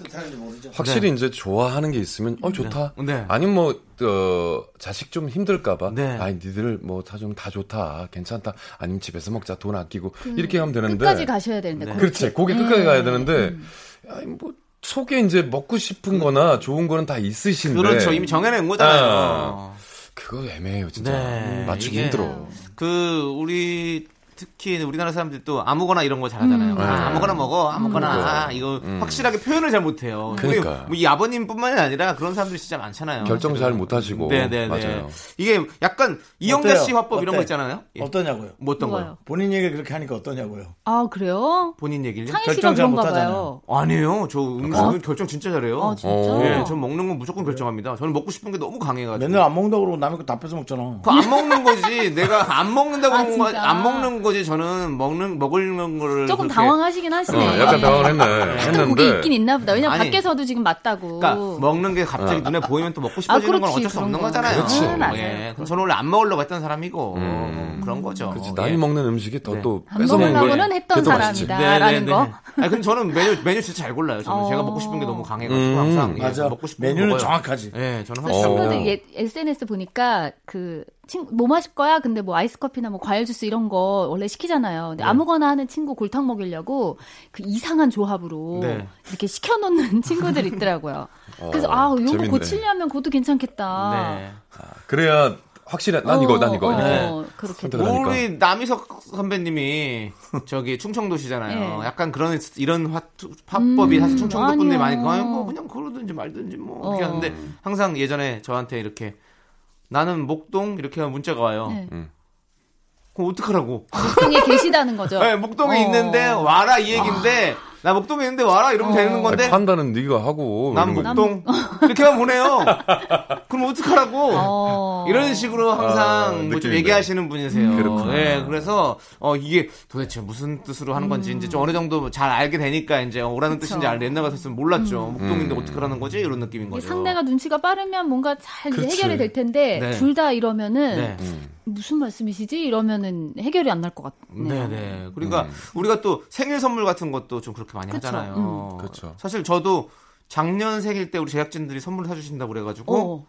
[SPEAKER 7] 확실히 이제 좋아하는 게 있으면 어 좋다.
[SPEAKER 2] 네.
[SPEAKER 7] 아니면 뭐 어, 자식 좀 힘들까봐.
[SPEAKER 2] 네.
[SPEAKER 7] 아니 니들 뭐 다 좀 다 좋다, 괜찮다. 아니면 집에서 먹자, 돈 아끼고 이렇게 하면 되는데.
[SPEAKER 8] 음, 끝까지 가셔야 되는데.
[SPEAKER 2] 네.
[SPEAKER 8] 거기.
[SPEAKER 7] 그렇지. 거기 끝까지
[SPEAKER 8] 음.
[SPEAKER 7] 가야 되는데 아니, 뭐 속에 이제 먹고 싶은거나 좋은 거는 다 있으신데.
[SPEAKER 2] 그렇죠. 이미 정해낸 거잖아요.
[SPEAKER 7] 그거 애매해요, 진짜. 음,
[SPEAKER 2] 네,
[SPEAKER 7] 맞추기
[SPEAKER 2] 이게-
[SPEAKER 7] 힘들어.
[SPEAKER 8] 음.
[SPEAKER 2] 그 우리 특히 우리나라 사람들이 또 아무거나 이런 거 잘하잖아요.
[SPEAKER 7] 음, 네.
[SPEAKER 2] 아, 아무거나 먹어, 아무거나 아, 이거 확실하게 표현을 잘 못해요.
[SPEAKER 7] 그러니까. 그러니까요.
[SPEAKER 2] 뭐이 아버님뿐만이 아니라 그런 사람들이 진짜 많잖아요.
[SPEAKER 7] 결정 잘 못 하시고.
[SPEAKER 2] 네네네.
[SPEAKER 7] 맞아요.
[SPEAKER 2] 이게 약간 이영자
[SPEAKER 1] 어때요?
[SPEAKER 2] 씨 화법 이런 거
[SPEAKER 1] 어때?
[SPEAKER 2] 있잖아요. 예.
[SPEAKER 1] 어떠냐고요?
[SPEAKER 2] 뭐 어떤
[SPEAKER 8] 좋아요.
[SPEAKER 2] 거요?
[SPEAKER 1] 본인 얘기 그렇게 하니까 어떠냐고요?
[SPEAKER 8] 아 그래요?
[SPEAKER 2] 본인 얘기를?
[SPEAKER 8] 창희 씨가
[SPEAKER 1] 결정 잘
[SPEAKER 8] 그런가
[SPEAKER 1] 못하잖아요.
[SPEAKER 8] 봐요.
[SPEAKER 2] 아니에요. 저 음식은 결정 진짜 잘해요.
[SPEAKER 8] 아 진짜?
[SPEAKER 7] 어.
[SPEAKER 2] 예, 전 먹는 건 무조건 결정합니다. 저는 먹고 싶은 게 너무 강해가지고.
[SPEAKER 1] 맨날 안 먹는다고 그러고 남의 거 다 뺏어 먹잖아.
[SPEAKER 2] 그거 안 먹는 거지. 내가 안 먹는다고
[SPEAKER 8] 아,
[SPEAKER 2] 먹는 거,
[SPEAKER 8] 진짜?
[SPEAKER 2] 안 먹는 거지. 저는 먹는 먹는 거를
[SPEAKER 8] 조금
[SPEAKER 2] 그렇게-
[SPEAKER 8] 당황하시긴 하시네.
[SPEAKER 7] 어, 약간 당황을 했네.
[SPEAKER 8] 약간 그게 그러니까. 있긴
[SPEAKER 7] 했는데.
[SPEAKER 8] 있나 보다. 왜냐면
[SPEAKER 2] 아니.
[SPEAKER 8] 밖에서도 지금 맞다고.
[SPEAKER 2] 그러니까 먹는 게 갑자기 눈에 보이면 또 먹고 싶어지는 건
[SPEAKER 8] 아, 그렇지,
[SPEAKER 2] 어쩔 수
[SPEAKER 8] 그런
[SPEAKER 2] 없는
[SPEAKER 8] 거.
[SPEAKER 2] 거잖아요.
[SPEAKER 8] 그렇지.
[SPEAKER 2] 예,
[SPEAKER 8] 맞아요.
[SPEAKER 2] 그럼 저는 원래 안 먹으려고 했던 사람이고 뭐 그런 거죠.
[SPEAKER 7] 그치,
[SPEAKER 2] 예.
[SPEAKER 7] 남이 어, 먹는 음식이 더 또
[SPEAKER 8] 네. 안
[SPEAKER 7] 뺏어 먹는 걸.
[SPEAKER 8] 먹으려고는 했던
[SPEAKER 7] 그게 더 맛있지.
[SPEAKER 8] 사람이다. 라는 거?
[SPEAKER 2] 아니, 근데 저는 메뉴 메뉴 진짜 잘 골라요. 저는
[SPEAKER 8] 어.
[SPEAKER 2] 제가 먹고 싶은 게 너무 강해가지고
[SPEAKER 7] 음.
[SPEAKER 2] 항상 예,
[SPEAKER 1] 맞아.
[SPEAKER 2] 먹고 싶은
[SPEAKER 1] 메뉴는
[SPEAKER 2] 거 먹어요.
[SPEAKER 1] 정확하지.
[SPEAKER 2] 예, 저는
[SPEAKER 7] 어.
[SPEAKER 2] 확실히
[SPEAKER 8] 친구들 예, SNS 보니까 그 친구 뭐 마실 거야? 근데 뭐 아이스 커피나 뭐 과일 주스 이런 거 원래 시키잖아요.
[SPEAKER 7] 네.
[SPEAKER 8] 근데 아무거나 하는 친구 골탕 먹이려고 그 이상한 조합으로
[SPEAKER 2] 네.
[SPEAKER 8] 이렇게 시켜놓는 [laughs] 친구들 있더라고요. 그래서
[SPEAKER 7] 어,
[SPEAKER 8] 아 요거
[SPEAKER 7] 재밌네.
[SPEAKER 8] 고치려면 그것도 괜찮겠다.
[SPEAKER 2] 네.
[SPEAKER 7] 그래야 확실해. 난 이거, 난 이거.
[SPEAKER 8] 어,
[SPEAKER 7] 이렇게.
[SPEAKER 8] 어, 그렇게
[SPEAKER 7] 선택을 하니까.
[SPEAKER 2] 우리 남희석 선배님이 저기 충청도시잖아요.
[SPEAKER 8] 예.
[SPEAKER 2] 약간 그런 이런 화, 화법이 사실 충청도 분들이 많이
[SPEAKER 8] 음, 아니요.
[SPEAKER 2] 그냥 뭐 그냥 그러든지 말든지 뭐 이렇게
[SPEAKER 8] 어.
[SPEAKER 2] 하는데 항상 예전에 저한테 이렇게 나는 목동 이렇게 하면 문자가 와요.
[SPEAKER 8] 네.
[SPEAKER 7] 음.
[SPEAKER 2] 그럼 어떡하라고?
[SPEAKER 8] 목동에 계시다는
[SPEAKER 7] [laughs]
[SPEAKER 2] [laughs]
[SPEAKER 8] 거죠.
[SPEAKER 2] 네, 목동에
[SPEAKER 8] 어. 아.
[SPEAKER 2] 있는데 와라 이 얘긴데 나 목동에 있는데 와라 이러면 되는
[SPEAKER 7] 아니,
[SPEAKER 2] 건데
[SPEAKER 7] 판단은 네가 하고.
[SPEAKER 2] 난
[SPEAKER 7] 이런 거.
[SPEAKER 2] 목동 이렇게만 보내요. 그럼 어떡하라고?
[SPEAKER 8] 어.
[SPEAKER 2] 이런 식으로
[SPEAKER 7] 아,
[SPEAKER 2] 항상 뭐좀
[SPEAKER 7] 느낌이네.
[SPEAKER 2] 얘기하시는 분이세요.
[SPEAKER 7] 그렇구나.
[SPEAKER 2] 예, 그래서 어 이게 도대체 무슨 뜻으로 하는 건지 이제 좀 어느 정도 잘 알게 되니까 이제 오라는
[SPEAKER 8] 그쵸. 음.
[SPEAKER 2] 뜻인지 알 옛날 같았으면 몰랐죠. 목동인데
[SPEAKER 7] 음.
[SPEAKER 2] 어떻게 하라는 거지? 이런 느낌인
[SPEAKER 8] 이게
[SPEAKER 2] 거죠.
[SPEAKER 8] 상대가 눈치가 빠르면 뭔가 잘 이제
[SPEAKER 7] 그렇지.
[SPEAKER 8] 해결이 될 텐데
[SPEAKER 2] 네.
[SPEAKER 8] 둘 다 이러면은
[SPEAKER 2] 네.
[SPEAKER 7] 음.
[SPEAKER 8] 무슨 말씀이시지 이러면은 해결이 안 날 것
[SPEAKER 2] 네,
[SPEAKER 8] 같네요.
[SPEAKER 2] 네. 그러니까
[SPEAKER 7] 음.
[SPEAKER 2] 우리가 또 생일 선물 같은 것도 좀 그렇게 많이
[SPEAKER 8] 음. 그쵸. 음.
[SPEAKER 2] 하잖아요.
[SPEAKER 7] 그쵸.
[SPEAKER 2] 사실 저도 작년 생일 때 우리 제작진들이 선물 사주신다고 그래가지고
[SPEAKER 8] 어.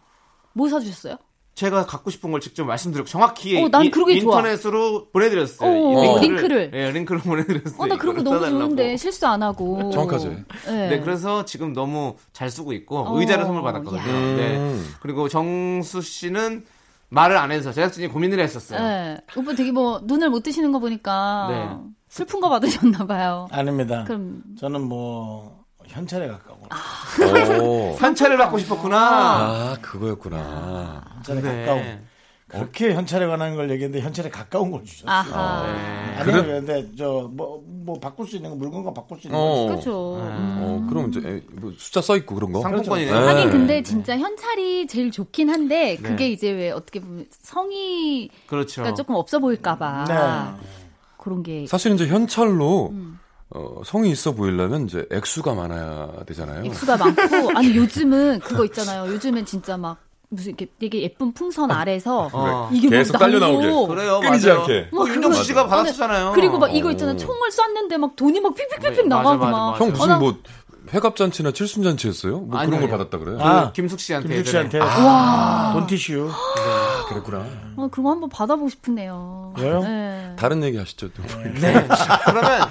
[SPEAKER 8] 뭐 사주셨어요?
[SPEAKER 2] 제가 갖고 싶은 걸 직접 말씀드리고 정확히
[SPEAKER 8] 어, 난
[SPEAKER 2] 인-
[SPEAKER 8] 그러게 좋아.
[SPEAKER 2] 인터넷으로 보내드렸어요.
[SPEAKER 8] 어,
[SPEAKER 2] 이
[SPEAKER 8] 링크를.
[SPEAKER 2] 예, 링크로 [laughs] 보내드렸어요.
[SPEAKER 8] 어, 나 그런 거
[SPEAKER 2] 이거를
[SPEAKER 8] 너무
[SPEAKER 2] 써달라고.
[SPEAKER 8] 좋은데 실수 안 하고.
[SPEAKER 7] 정확하지.
[SPEAKER 8] 네.
[SPEAKER 2] 네, 그래서 지금 너무 잘 쓰고 있고
[SPEAKER 8] 어,
[SPEAKER 2] 의자를 선물 받았거든요.
[SPEAKER 8] 야.
[SPEAKER 2] 네. 그리고 정수 씨는 말을 안 해서 제작진이 고민을 했었어요.
[SPEAKER 8] 네. 오빠 되게 뭐 눈을 못 뜨시는 거 보니까
[SPEAKER 2] 네.
[SPEAKER 8] 슬픈 거 받으셨나 봐요.
[SPEAKER 1] 아닙니다.
[SPEAKER 8] 그럼
[SPEAKER 1] 저는 뭐 현찰에 가까워.
[SPEAKER 7] 오.
[SPEAKER 2] [laughs] 산차를 받고 싶었구나.
[SPEAKER 8] 아.
[SPEAKER 7] 아, 어. 그거였구나.
[SPEAKER 1] 현찰에
[SPEAKER 2] 네.
[SPEAKER 1] 가까운. 어깨 현찰에 관한 걸 얘기했는데 현찰에 가까운 걸 주셨어요.
[SPEAKER 8] 아하.
[SPEAKER 2] 네.
[SPEAKER 1] 아니 근데 저 뭐 뭐 바꿀 수 있는 거 물건과 바꿀 수 있는 거.
[SPEAKER 7] 어.
[SPEAKER 8] 그렇죠.
[SPEAKER 7] 어, 그럼 이제 에, 뭐 숫자 써 있고 그런 거.
[SPEAKER 2] 상품권이네요.
[SPEAKER 7] 그렇죠.
[SPEAKER 8] 하긴
[SPEAKER 7] 네.
[SPEAKER 8] 근데 진짜 현찰이 제일 좋긴 한데 그게
[SPEAKER 2] 네.
[SPEAKER 8] 이제 왜 어떻게 보면 성의가
[SPEAKER 2] 그렇죠.
[SPEAKER 8] 그러니까
[SPEAKER 2] 음.
[SPEAKER 8] 조금 없어 보일까봐
[SPEAKER 1] 네.
[SPEAKER 8] 그런 게
[SPEAKER 7] 사실 이제 현찰로
[SPEAKER 8] 음.
[SPEAKER 7] 어, 성이 있어 보이려면 이제 액수가 많아야 되잖아요.
[SPEAKER 8] 액수가 많고 아니 요즘은 그거 있잖아요. 요즘엔 진짜 막 무슨 이렇게 되게 예쁜 풍선 아래서
[SPEAKER 2] 어.
[SPEAKER 8] 이게 막
[SPEAKER 7] 계속 딸려
[SPEAKER 8] 나오고
[SPEAKER 7] 나오게.
[SPEAKER 2] 그래요.
[SPEAKER 7] 끊이지
[SPEAKER 2] 맞아요.
[SPEAKER 7] 않게.
[SPEAKER 2] 뭐
[SPEAKER 8] 와,
[SPEAKER 2] 윤정수
[SPEAKER 8] 그거-
[SPEAKER 2] 씨가
[SPEAKER 8] 맞아.
[SPEAKER 2] 받았었잖아요. 어. 네,
[SPEAKER 8] 그리고 막 이거 있잖아
[SPEAKER 7] 오.
[SPEAKER 8] 총을 쐈는데 막 돈이 막 픽픽픽픽
[SPEAKER 2] 맞아,
[SPEAKER 8] 나가고
[SPEAKER 2] 맞아,
[SPEAKER 8] 막
[SPEAKER 2] 맞아.
[SPEAKER 7] 형
[SPEAKER 8] 어, 나-
[SPEAKER 7] 무슨 뭐 회갑잔치나 칠순잔치였어요? 뭐
[SPEAKER 2] 아니요,
[SPEAKER 7] 그런 걸
[SPEAKER 2] 아니요.
[SPEAKER 7] 받았다 그래요?
[SPEAKER 2] 그
[SPEAKER 1] 아.
[SPEAKER 2] 김숙 씨한테 네.
[SPEAKER 1] 김숙 씨한테 아,
[SPEAKER 2] 예전에.
[SPEAKER 1] 돈티슈
[SPEAKER 7] 그랬구나.
[SPEAKER 8] 어, 그거 한번 받아보고 싶네요.
[SPEAKER 1] 왜요?
[SPEAKER 8] 네.
[SPEAKER 7] 다른 얘기 하시죠. 또.
[SPEAKER 2] 네. 그러면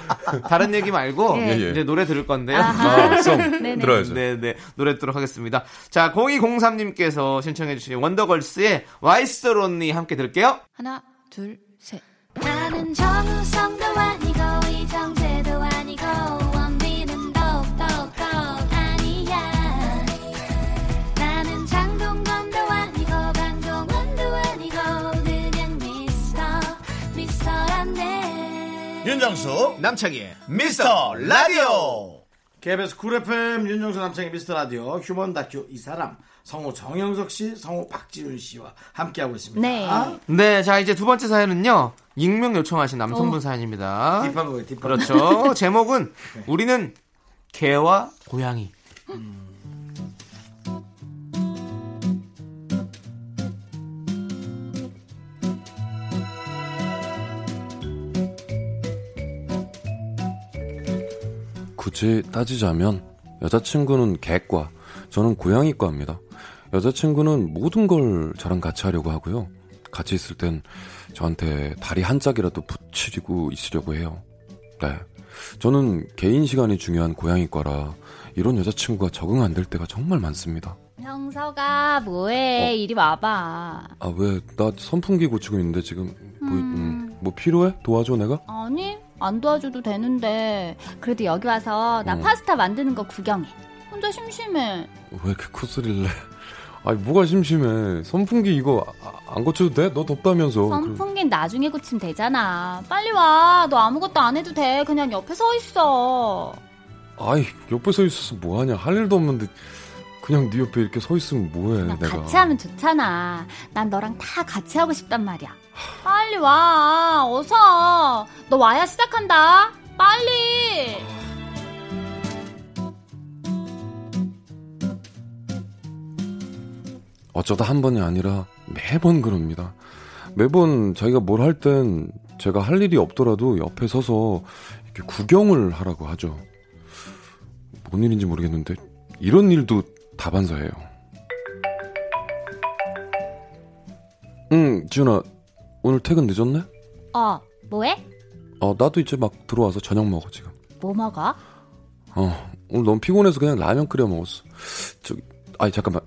[SPEAKER 2] 다른 얘기 말고
[SPEAKER 8] 예.
[SPEAKER 7] 예.
[SPEAKER 2] 이제 노래 들을 건데요.
[SPEAKER 8] 아하.
[SPEAKER 7] 썸
[SPEAKER 8] [laughs] 네네.
[SPEAKER 7] 들어야죠.
[SPEAKER 2] 네, 네. 노래 듣도록 하겠습니다. 자, 0203님께서 신청해 주신 원더걸스의 와이스 론니 함께 들을게요.
[SPEAKER 9] 하나, 둘, 셋.
[SPEAKER 3] 나는 정우성도 아니고 이정재도 아니고 원빈은 더욱더 아니야 나는 장동건도 아니고 강동원도 아니고 그냥 미스터 미스터란데
[SPEAKER 1] 윤정수
[SPEAKER 2] 남창희의
[SPEAKER 1] 미스터 라디오 KBS 쿨 FM 윤정수 남창의 미스터 라디오 휴먼 다큐 이 사람 성우 정영석 씨 성우 박지윤 씨와 함께하고 있습니다
[SPEAKER 8] 네.
[SPEAKER 2] 네, 자, 이제 두 번째 사연은요. 익명 요청하신 남성분
[SPEAKER 8] 어.
[SPEAKER 2] 사연입니다.
[SPEAKER 1] 딥한 거예요 네. 딥한 거. [laughs]
[SPEAKER 2] 그렇죠. 제목은 우리는 개와 고양이.
[SPEAKER 7] 굳이 따지자면 여자친구는 개과 저는 고양이과입니다. 여자친구는 모든 걸 저랑 같이 하려고 하고요. 같이 있을 땐 저한테 다리 한 짝이라도 붙이고 있으려고 해요. 네. 저는 개인 시간이 중요한 고양이과라 이런 여자친구가 적응 안 될 때가 정말 많습니다.
[SPEAKER 8] 형서가 뭐해?
[SPEAKER 2] 어?
[SPEAKER 8] 이리 와봐.
[SPEAKER 7] 아, 왜? 나 선풍기 고치고 있는데 지금 뭐, 음, 뭐 필요해? 도와줘 내가?
[SPEAKER 8] 아니 안 도와줘도 되는데 그래도 여기 와서
[SPEAKER 2] 음.
[SPEAKER 8] 나 파스타 만드는 거 구경해. 혼자 심심해.
[SPEAKER 7] 왜 이렇게 코스릴래? 아니 뭐가 심심해? 선풍기 이거 아- 안 고쳐도 돼? 너
[SPEAKER 2] 어,
[SPEAKER 7] 덥다면서. 그래.
[SPEAKER 8] 선풍기는 나중에 고치면 되잖아. 빨리 와. 너 아무것도 안 해도 돼. 그냥 옆에 서 있어.
[SPEAKER 7] 아이 옆에 서 있어서 뭐하냐 할 일도 없는데 그냥 네 옆에 이렇게 서 있으면 뭐해
[SPEAKER 8] 그냥
[SPEAKER 7] 내가
[SPEAKER 8] 같이 하면 좋잖아. 난 너랑 다 같이 하고 싶단 말이야. 빨리 와. 어서. 너 와야 시작한다. 빨리.
[SPEAKER 7] 어쩌다 한 번이 아니라 매번 그럽니다 매번 자기가 뭘 할 땐 제가 할 일이 없더라도 옆에 서서 이렇게 구경을 하라고 하죠 뭔 일인지 모르겠는데 이런 일도 다반사예요 응 지훈아 오늘 퇴근 늦었네?
[SPEAKER 8] 어, 뭐해?
[SPEAKER 7] 어 나도 이제 막 들어와서 저녁 먹어 지금
[SPEAKER 8] 뭐 먹어?
[SPEAKER 7] 어, 오늘 너무 피곤해서 그냥 라면 끓여 먹었어. 저기, 아니, 잠깐만.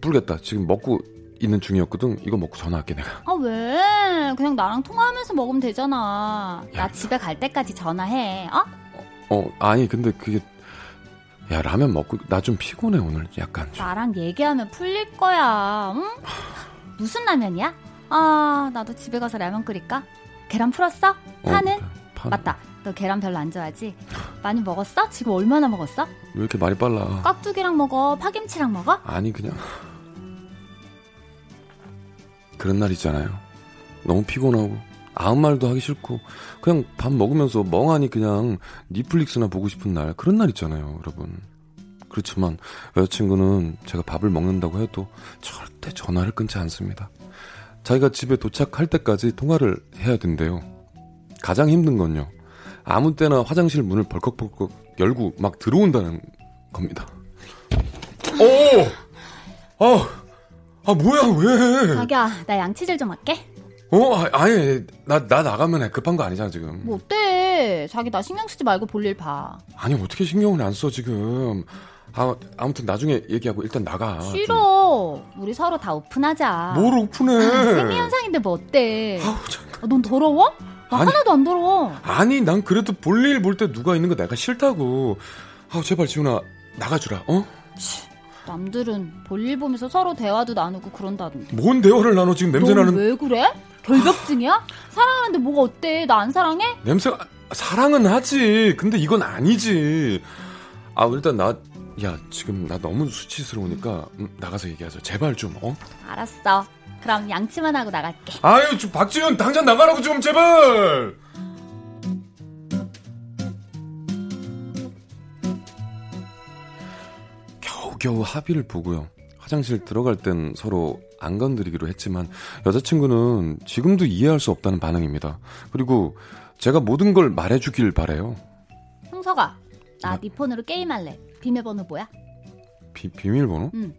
[SPEAKER 7] 불겠다. 지금 먹고 있는 중이었거든. 이거 먹고 전화할게, 내가.
[SPEAKER 8] 아, 왜? 그냥 나랑 통화하면서 먹으면 되잖아. 나 집에 갈 때까지 전화해. 어?
[SPEAKER 7] 어, 아니, 근데 그게. 야, 라면 먹고, 나 좀 피곤해, 오늘. 약간. 좀.
[SPEAKER 8] 나랑 얘기하면 풀릴 거야. 응? 무슨 라면이야? 아, 나도 집에 가서 라면 끓일까? 계란 풀었어?
[SPEAKER 7] 어,
[SPEAKER 8] 파는?
[SPEAKER 7] 그래, 파는.
[SPEAKER 8] 맞다. 너 계란 별로 안 좋아하지? 많이 먹었어? 지금 얼마나 먹었어?
[SPEAKER 7] 왜 이렇게 말이 빨라.
[SPEAKER 8] 깍두기랑 먹어? 파김치랑 먹어?
[SPEAKER 7] 아니, 그냥. 그런 날 있잖아요. 너무 피곤하고. 아무 말도 하기 싫고 그냥 밥 먹으면서 멍하니 그냥 넷플릭스나 보고 싶은 날 그런 날 있잖아요 여러분 그렇지만 여자친구는 제가 밥을 먹는다고 해도 절대 전화를 끊지 않습니다. 자기가 집에 도착할 때까지 통화를 해야 된대요. 가장 힘든 건요. 아무 때나 화장실 문을 벌컥벌컥 열고 막 들어온다는 겁니다. 오! 어! 아, 뭐야, 왜?
[SPEAKER 8] 자기야, 나 양치질 좀 할게.
[SPEAKER 7] 어? 아, 아니, 나, 나 나가면 해. 급한 거 아니잖아, 지금.
[SPEAKER 8] 뭐 어때? 자기 나 신경 쓰지 말고 볼일 봐.
[SPEAKER 7] 아니, 어떻게 신경을 안 써, 지금. 아, 아무튼 나중에 얘기하고 일단 나가. 아, 좀.
[SPEAKER 8] 싫어. 우리 서로 다 오픈하자. 아,
[SPEAKER 7] 뭘 오픈해?
[SPEAKER 8] 생리 현상인데 뭐 어때?
[SPEAKER 7] 아우, 참.
[SPEAKER 8] 아, 넌 더러워? 나
[SPEAKER 7] 아니.
[SPEAKER 8] 하나도 안 더러워.
[SPEAKER 7] 아니 난 그래도 볼일 볼 때 누가 있는 거 내가 싫다고 아 제발 지훈아 나가주라 어?
[SPEAKER 8] 남들은 볼일 보면서 서로 대화도 나누고 그런다던데.
[SPEAKER 10] 뭔 대화를 나눠 지금 냄새나는
[SPEAKER 8] 넌왜 그래? 결벽증이야? 사랑하는데 뭐가 어때? 나 안 사랑해?
[SPEAKER 7] 아,
[SPEAKER 10] 냄새가 사랑은 하지. 근데 이건 아니지.
[SPEAKER 7] 아 일단 나 야 지금 나 너무 수치스러우니까 음, 나가서 얘기하자 제발 좀 어?
[SPEAKER 8] 알았어. 그럼 양치만 하고 나갈게.
[SPEAKER 10] 아유, 좀 박지윤 당장 나가라고 좀 제발.
[SPEAKER 7] 겨우겨우 합의를 보고요. 화장실 들어갈 땐 서로 안 건드리기로 했지만 여자친구는 지금도 이해할 수 없다는 반응입니다. 그리고 제가 모든 걸 말해주길 바래요.
[SPEAKER 8] 형석아, 나 네 폰으로 게임할래. 비밀번호 뭐야?
[SPEAKER 7] 비, 비밀번호?
[SPEAKER 8] 응.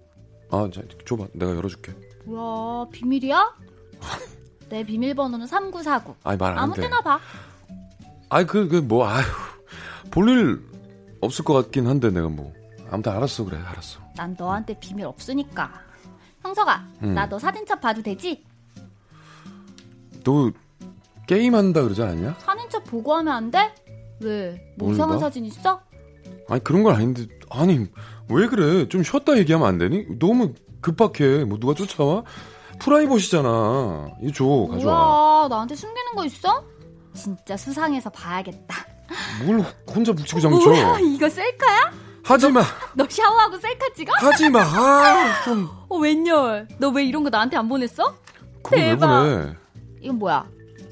[SPEAKER 7] 아, 자, 줘봐. 내가 열어줄게.
[SPEAKER 8] 뭐야, 비밀이야? [laughs] 내 비밀번호는 3949.
[SPEAKER 7] 아니 말 안
[SPEAKER 8] 아무
[SPEAKER 7] 돼.
[SPEAKER 8] 때나 봐.
[SPEAKER 7] 아니 그그 뭐 아휴 볼일 없을 것 같긴 한데 내가 뭐 아무튼 알았어 그래 알았어.
[SPEAKER 8] 난 너한테 비밀 없으니까. 형석아, 나 너 사진첩 봐도 되지?
[SPEAKER 7] 너 게임 한다 그러지 않았냐?
[SPEAKER 8] 사진첩 보고하면 안 돼? 왜? 뭐 이상한
[SPEAKER 7] 몰라.
[SPEAKER 8] 사진 있어?
[SPEAKER 7] 아니 그런 건 아닌데 아니 왜 그래 좀 쉬었다 얘기하면 안 되니? 너무 급박해 뭐 누가 쫓아와? 프라이버시잖아 이줘 가져와
[SPEAKER 8] 뭐야, 나한테 숨기는 거 있어? 진짜 수상해서 봐야겠다.
[SPEAKER 7] 뭘 혼자
[SPEAKER 8] 어,
[SPEAKER 7] 붙이고 장쳐
[SPEAKER 8] 뭐야, 이거 셀카야?
[SPEAKER 7] 하지마
[SPEAKER 8] 너 샤워하고 셀카 찍어?
[SPEAKER 7] 하지마 아좀
[SPEAKER 8] 어, 웬열. 너 왜 이런 거 나한테 안 보냈어?
[SPEAKER 7] 그거 왜
[SPEAKER 8] 대박.
[SPEAKER 7] 그래
[SPEAKER 8] 이건 뭐야?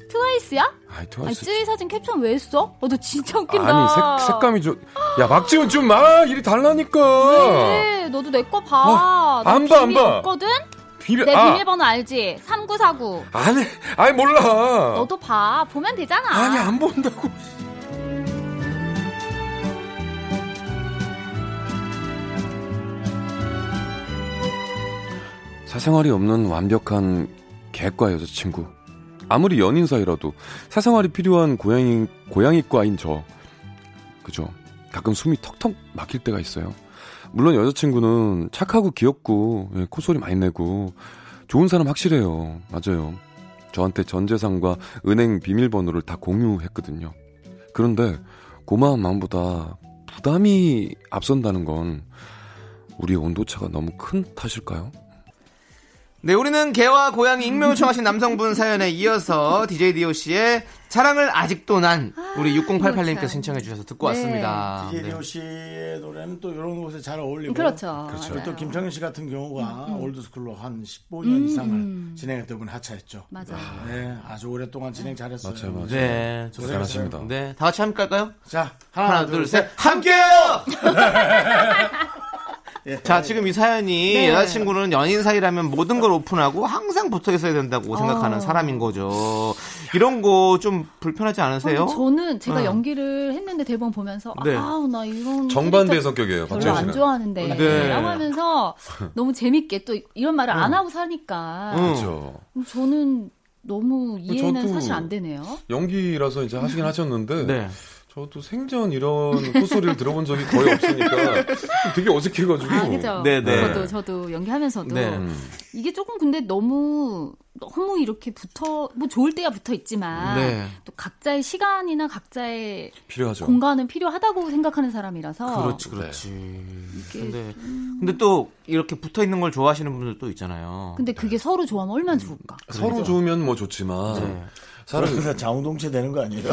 [SPEAKER 8] 트와이스야?
[SPEAKER 7] 아이
[SPEAKER 8] 아니,
[SPEAKER 7] 트와이스
[SPEAKER 8] 쯔위 사진 캡처는 왜 했어? 어, 너 진짜 웃긴다.
[SPEAKER 7] 아니 색, 감이 좀야 막지훈 좀아 이리 달라니까
[SPEAKER 8] 왜? 네, 너도 내 거 봐.
[SPEAKER 7] 어,
[SPEAKER 8] 나
[SPEAKER 7] 안 봐, 안
[SPEAKER 8] 비밀
[SPEAKER 7] 봐.
[SPEAKER 8] 없거든?
[SPEAKER 7] 비밀
[SPEAKER 8] 내
[SPEAKER 7] 아
[SPEAKER 8] 비밀번호 알지? 3949.
[SPEAKER 7] 아니 아니 몰라
[SPEAKER 8] 너도 봐. 보면 되잖아.
[SPEAKER 7] 아니 안 본다고 사생활이 없는 완벽한 개과 여자친구 아무리 연인 사이라도 사생활이 필요한 고양이 고양이과인 저 그죠 가끔 숨이 턱턱 막힐 때가 있어요 물론 여자친구는 착하고 귀엽고 예, 코소리 많이 내고 좋은 사람 확실해요 맞아요 저한테 전 재산과 은행 비밀번호를 다 공유했거든요. 그런데 고마운 마음보다 부담이 앞선다는 건 우리 온도차가 너무 큰 탓일까요?
[SPEAKER 2] 네, 우리는 개와 고양이 익명 요청하신 남성분 사연에 이어서 DJ DOC의 사랑을 아직도 난 우리
[SPEAKER 8] 이거 참.
[SPEAKER 2] 6088님께서 신청해 주셔서 듣고
[SPEAKER 8] 네.
[SPEAKER 2] 왔습니다.
[SPEAKER 1] 이게 리오 씨의 노래는 또 이런 곳에 잘 어울리고
[SPEAKER 8] 그렇죠.
[SPEAKER 7] 그렇죠.
[SPEAKER 8] 맞아요.
[SPEAKER 1] 또 김창현 씨 같은 경우가 올드스쿨로 한 15년 이상을 진행했던 분 하차했죠.
[SPEAKER 8] 맞아요.
[SPEAKER 1] 네, 아주 오랫동안 진행 잘했어요.
[SPEAKER 7] 맞아요, 맞아요.
[SPEAKER 2] 네. 네.
[SPEAKER 7] 대단하십니다.
[SPEAKER 2] 네. 다 같이 함께 할까요?
[SPEAKER 1] 자,
[SPEAKER 2] 하나, 둘, 셋. 함께요! 자, 지금 이 사연이
[SPEAKER 8] 네.
[SPEAKER 2] 여자친구는 연인 사이라면 모든 걸 오픈하고 항상 붙어 있어야 된다고 생각하는 사람인 거죠. 이런 거 좀 불편하지 않으세요?
[SPEAKER 8] 근데 어, 저는 제가
[SPEAKER 2] 네.
[SPEAKER 8] 연기를 했는데 대본 보면서
[SPEAKER 2] 네.
[SPEAKER 8] 아우 나 이런
[SPEAKER 10] 정반대
[SPEAKER 8] 캐릭터
[SPEAKER 10] 성격이에요,
[SPEAKER 8] 별로
[SPEAKER 10] 박재현
[SPEAKER 8] 안
[SPEAKER 10] 씨는.
[SPEAKER 8] 좋아하는데
[SPEAKER 2] 네.
[SPEAKER 8] 라고 하면서 너무 재밌게 또 이런 말을 안 하고 사니까
[SPEAKER 2] 음.
[SPEAKER 7] 그렇죠.
[SPEAKER 8] 저는 너무 이해는
[SPEAKER 7] 저도-
[SPEAKER 8] 사실 안 되네요.
[SPEAKER 7] 연기라서 이제 하시긴 하셨는데
[SPEAKER 2] 네.
[SPEAKER 7] 저도 생전 이런 콧소리를 들어본 적이 거의
[SPEAKER 8] [laughs]
[SPEAKER 7] 없으니까 되게 어색해가지고
[SPEAKER 8] 아 그죠.
[SPEAKER 2] 네, 네.
[SPEAKER 8] 저도 저도 연기하면서도
[SPEAKER 2] 네.
[SPEAKER 8] 이게 조금 근데 너무 너무 이렇게 붙어 뭐 좋을 때야 붙어 있지만
[SPEAKER 2] 네.
[SPEAKER 8] 또 각자의 시간이나 각자의
[SPEAKER 7] 필요하죠. 그렇죠.
[SPEAKER 8] 공간은 필요하다고 생각하는 사람이라서
[SPEAKER 2] 그렇지, 그렇지.
[SPEAKER 7] 네.
[SPEAKER 2] 네. 근데, 근데 또 이렇게 붙어 있는 걸 좋아하시는 분들 또 있잖아요.
[SPEAKER 8] 근데 그게 서로 좋아하면 얼마나 좋을까?
[SPEAKER 7] 서로 좋으면 뭐 좋지만
[SPEAKER 2] 네.
[SPEAKER 7] 사람
[SPEAKER 1] 그러다 자웅동체 되는 거 아니에요?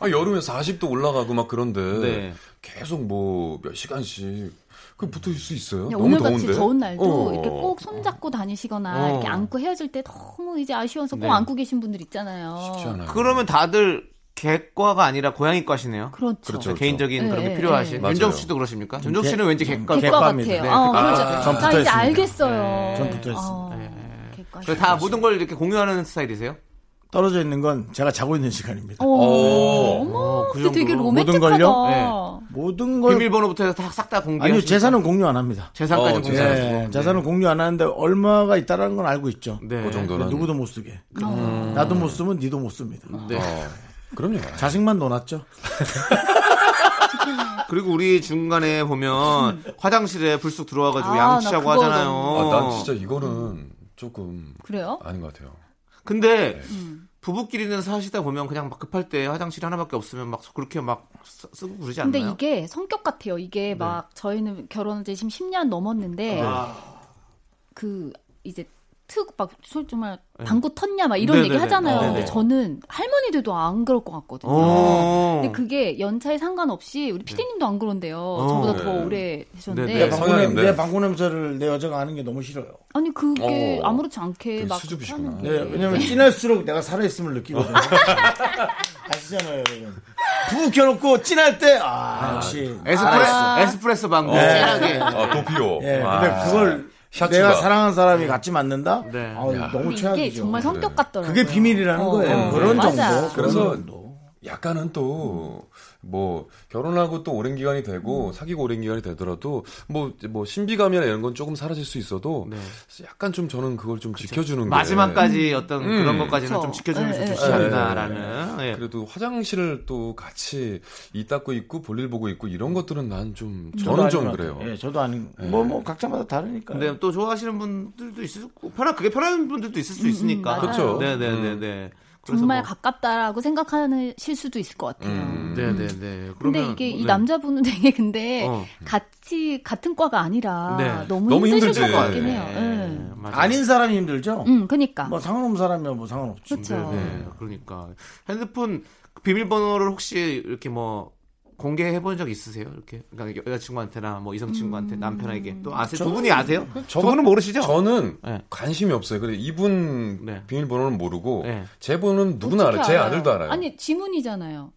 [SPEAKER 7] 아, 여름에 40도 올라가고 막 그런데
[SPEAKER 2] 네.
[SPEAKER 7] 계속 뭐 몇 시간씩 그 붙을 수 있어요?
[SPEAKER 8] 그냥
[SPEAKER 7] 너무
[SPEAKER 8] 네, 오늘같이
[SPEAKER 7] 더운데.
[SPEAKER 8] 더운 날도
[SPEAKER 7] 어.
[SPEAKER 8] 이렇게 꼭 손잡고 다니시거나
[SPEAKER 2] 어.
[SPEAKER 8] 이렇게 안고 헤어질 때 너무 이제 아쉬워서 꼭
[SPEAKER 2] 네.
[SPEAKER 8] 안고 계신 분들 있잖아요.
[SPEAKER 7] 쉽지 않아요.
[SPEAKER 2] 그러면 다들 개과가 아니라 고양이과시네요.
[SPEAKER 8] 그렇죠.
[SPEAKER 7] 그렇죠.
[SPEAKER 2] 개인적인
[SPEAKER 8] 네,
[SPEAKER 2] 그런 게
[SPEAKER 8] 네,
[SPEAKER 2] 필요하신
[SPEAKER 7] 네.
[SPEAKER 2] 윤정
[SPEAKER 7] 맞아요.
[SPEAKER 2] 씨도 그러십니까? 윤정 씨는 왠지 객과
[SPEAKER 8] 객과 같아요.
[SPEAKER 1] 객과입니다.
[SPEAKER 2] 네,
[SPEAKER 8] 아,
[SPEAKER 2] 객과.
[SPEAKER 8] 그렇죠.
[SPEAKER 1] 아, 전
[SPEAKER 8] 나 이제
[SPEAKER 1] 붙어있습니다.
[SPEAKER 8] 알겠어요.
[SPEAKER 1] 전 붙어있습니다.
[SPEAKER 8] 어, 객과.
[SPEAKER 2] 네. 그래서 다 모든 걸 이렇게 공유하는 스타일이세요?
[SPEAKER 1] 떨어져 있는 건 제가 자고 있는 시간입니다.
[SPEAKER 8] 어, 어머,
[SPEAKER 2] 어, 그
[SPEAKER 8] 근데 되게
[SPEAKER 2] 정도로.
[SPEAKER 8] 로맨틱하다. 어.
[SPEAKER 1] 모든 걸요? 모든 걸
[SPEAKER 2] 비밀번호부터 해서 다 싹 다 공개.
[SPEAKER 1] 아니요 재산은 공유 안 합니다.
[SPEAKER 2] 재산까지
[SPEAKER 7] 어,
[SPEAKER 2] 공개.
[SPEAKER 7] 재산.
[SPEAKER 1] 예, 재산은 공유 안 하는데 얼마가 있다라는 건 알고 있죠.
[SPEAKER 2] 네.
[SPEAKER 7] 그
[SPEAKER 1] 근데
[SPEAKER 7] 정도는 음.
[SPEAKER 1] 누구도 못 쓰게. 나도 못 쓰면 니도 못 씁니다.
[SPEAKER 2] 네.
[SPEAKER 7] 아, 그럼요.
[SPEAKER 1] 자식만 넣어놨죠.
[SPEAKER 2] 그리고 우리 중간에 보면
[SPEAKER 8] [laughs]
[SPEAKER 2] 화장실에 불쑥 들어와가지고
[SPEAKER 8] 아,
[SPEAKER 2] 양치하고
[SPEAKER 8] 나 그거
[SPEAKER 2] 하잖아요.
[SPEAKER 8] 너무-
[SPEAKER 7] 아, 난 진짜 이거는 조금
[SPEAKER 8] 어? 그래요?
[SPEAKER 1] 네.
[SPEAKER 7] 아닌 것 같아요.
[SPEAKER 2] 근데 부부끼리는 사시다 보면 그냥 막 급할 때 화장실 하나밖에 없으면 막 그렇게 막 쓰- 쓰고 그러지
[SPEAKER 8] 근데
[SPEAKER 2] 않나요?
[SPEAKER 8] 이게 성격 같아요. 이게 막 저희는 결혼한 지 지금 10년
[SPEAKER 2] 아.
[SPEAKER 8] 넘었는데
[SPEAKER 2] 네.
[SPEAKER 8] 그 이제 특막 솔 정말 방구 텄냐 막 이런
[SPEAKER 2] 네네네.
[SPEAKER 8] 얘기 하잖아요. 근데
[SPEAKER 2] 네네.
[SPEAKER 8] 저는 할머니들도 안 그럴 것 같거든요.
[SPEAKER 2] 어.
[SPEAKER 8] 근데 그게 연차에 상관없이 우리 피디님도 안 그런데요.
[SPEAKER 2] 어.
[SPEAKER 8] 저보다 더
[SPEAKER 2] 네.
[SPEAKER 8] 오래 되셨는데
[SPEAKER 1] 내 방구, 냄,
[SPEAKER 7] 네, 성향인데.
[SPEAKER 1] 내 방구 냄새를 내 여자가 아는 게 너무 싫어요.
[SPEAKER 8] 아니 그게
[SPEAKER 7] 어.
[SPEAKER 8] 아무렇지 않게 막
[SPEAKER 7] 수줍으시구나.
[SPEAKER 8] 하는 게.
[SPEAKER 1] 네, 왜냐면 진할수록 내가 살아있음을 [laughs] 느끼거든요. 아시잖아요, 여러분. 부부 켜놓고 진할 때, 아, 역시.
[SPEAKER 8] 그-
[SPEAKER 2] 에스프레소,
[SPEAKER 8] 아.
[SPEAKER 2] 에스프레소 방구.
[SPEAKER 8] 네.
[SPEAKER 2] 진하게.
[SPEAKER 11] 아, 도피오.
[SPEAKER 1] 예,
[SPEAKER 11] 아,
[SPEAKER 1] 근데 그걸
[SPEAKER 7] 샤츠가.
[SPEAKER 1] 내가 사랑한 사람이 같이 맞는다?
[SPEAKER 2] 네.
[SPEAKER 1] 아우, 너무
[SPEAKER 8] 근데 이게
[SPEAKER 1] 최악이죠.
[SPEAKER 8] 정말 성격 같더라고요.
[SPEAKER 1] 그게 비밀이라는
[SPEAKER 8] 어,
[SPEAKER 1] 거예요.
[SPEAKER 8] 어,
[SPEAKER 1] 그런
[SPEAKER 8] 맞아.
[SPEAKER 1] 정도.
[SPEAKER 7] 그래서
[SPEAKER 1] 그런 정도.
[SPEAKER 7] 약간은 또 뭐 결혼하고 또 오랜 기간이 되고 사귀고 오랜 기간이 되더라도 뭐 뭐 신비감이나 이런 건 조금 사라질 수 있어도 약간 좀 저는 그걸 좀 지켜주는 게
[SPEAKER 2] 마지막까지 어떤
[SPEAKER 1] 음.
[SPEAKER 2] 그런 것까지는
[SPEAKER 8] 그쵸.
[SPEAKER 2] 좀 지켜주는 게
[SPEAKER 8] 네,
[SPEAKER 2] 좋지
[SPEAKER 8] 네.
[SPEAKER 2] 않나라는. 예.
[SPEAKER 7] 그래도 화장실을 또 같이 이 닦고 있고 볼일 보고 있고 이런 것들은 난 좀
[SPEAKER 1] 저도
[SPEAKER 7] 저는
[SPEAKER 1] 아닌
[SPEAKER 7] 좀
[SPEAKER 1] 것 같아요.
[SPEAKER 7] 그래요.
[SPEAKER 1] 예, 저도 아닌. 뭐, 뭐, 각자마다 다르니까.
[SPEAKER 2] 근데 또 좋아하시는 분들도 있을 수 편한 그게 편한 분들도 있을 수 있으니까.
[SPEAKER 8] 음, 맞아요. 그쵸.
[SPEAKER 2] 네네네네. 그래서
[SPEAKER 8] 정말
[SPEAKER 2] 뭐-
[SPEAKER 8] 가깝다라고 생각하실 수도 있을 것 같아요.
[SPEAKER 2] 음. 네네네.
[SPEAKER 8] 근데
[SPEAKER 2] 그러면
[SPEAKER 8] 이게
[SPEAKER 2] 뭐-
[SPEAKER 8] 이
[SPEAKER 2] 네.
[SPEAKER 8] 남자분은 되게 근데
[SPEAKER 2] 어.
[SPEAKER 8] 같이 같은 과가 아니라
[SPEAKER 2] 네.
[SPEAKER 8] 너무,
[SPEAKER 7] 너무
[SPEAKER 8] 힘드실
[SPEAKER 7] 힘들지.
[SPEAKER 8] 것 같긴 해요.
[SPEAKER 2] 네,
[SPEAKER 8] 네.
[SPEAKER 2] 맞아요.
[SPEAKER 1] 아닌 사람이 힘들죠?
[SPEAKER 8] 음, 그니까.
[SPEAKER 1] 뭐, 상관없는 사람이면 뭐, 상관없죠.
[SPEAKER 8] 그렇죠.
[SPEAKER 2] 네, 그러니까 핸드폰 그 비밀번호를 혹시 이렇게 뭐 공개해 본 적 있으세요? 이렇게 그러니까 여자친구한테나 뭐 이성
[SPEAKER 8] 음.
[SPEAKER 2] 친구한테 남편에게 또 아세요? 두 분이 아세요?
[SPEAKER 7] 저
[SPEAKER 2] 두 분은 모르시죠?
[SPEAKER 7] 저는
[SPEAKER 2] 네.
[SPEAKER 7] 관심이 없어요. 그래 이분
[SPEAKER 2] 네.
[SPEAKER 7] 비밀번호는 모르고
[SPEAKER 2] 네.
[SPEAKER 7] 제 번호는 누구나
[SPEAKER 8] 어떻게
[SPEAKER 7] 알아요. 제
[SPEAKER 8] 알아요?
[SPEAKER 7] 아들도 알아요.
[SPEAKER 8] 아니 지문이잖아요.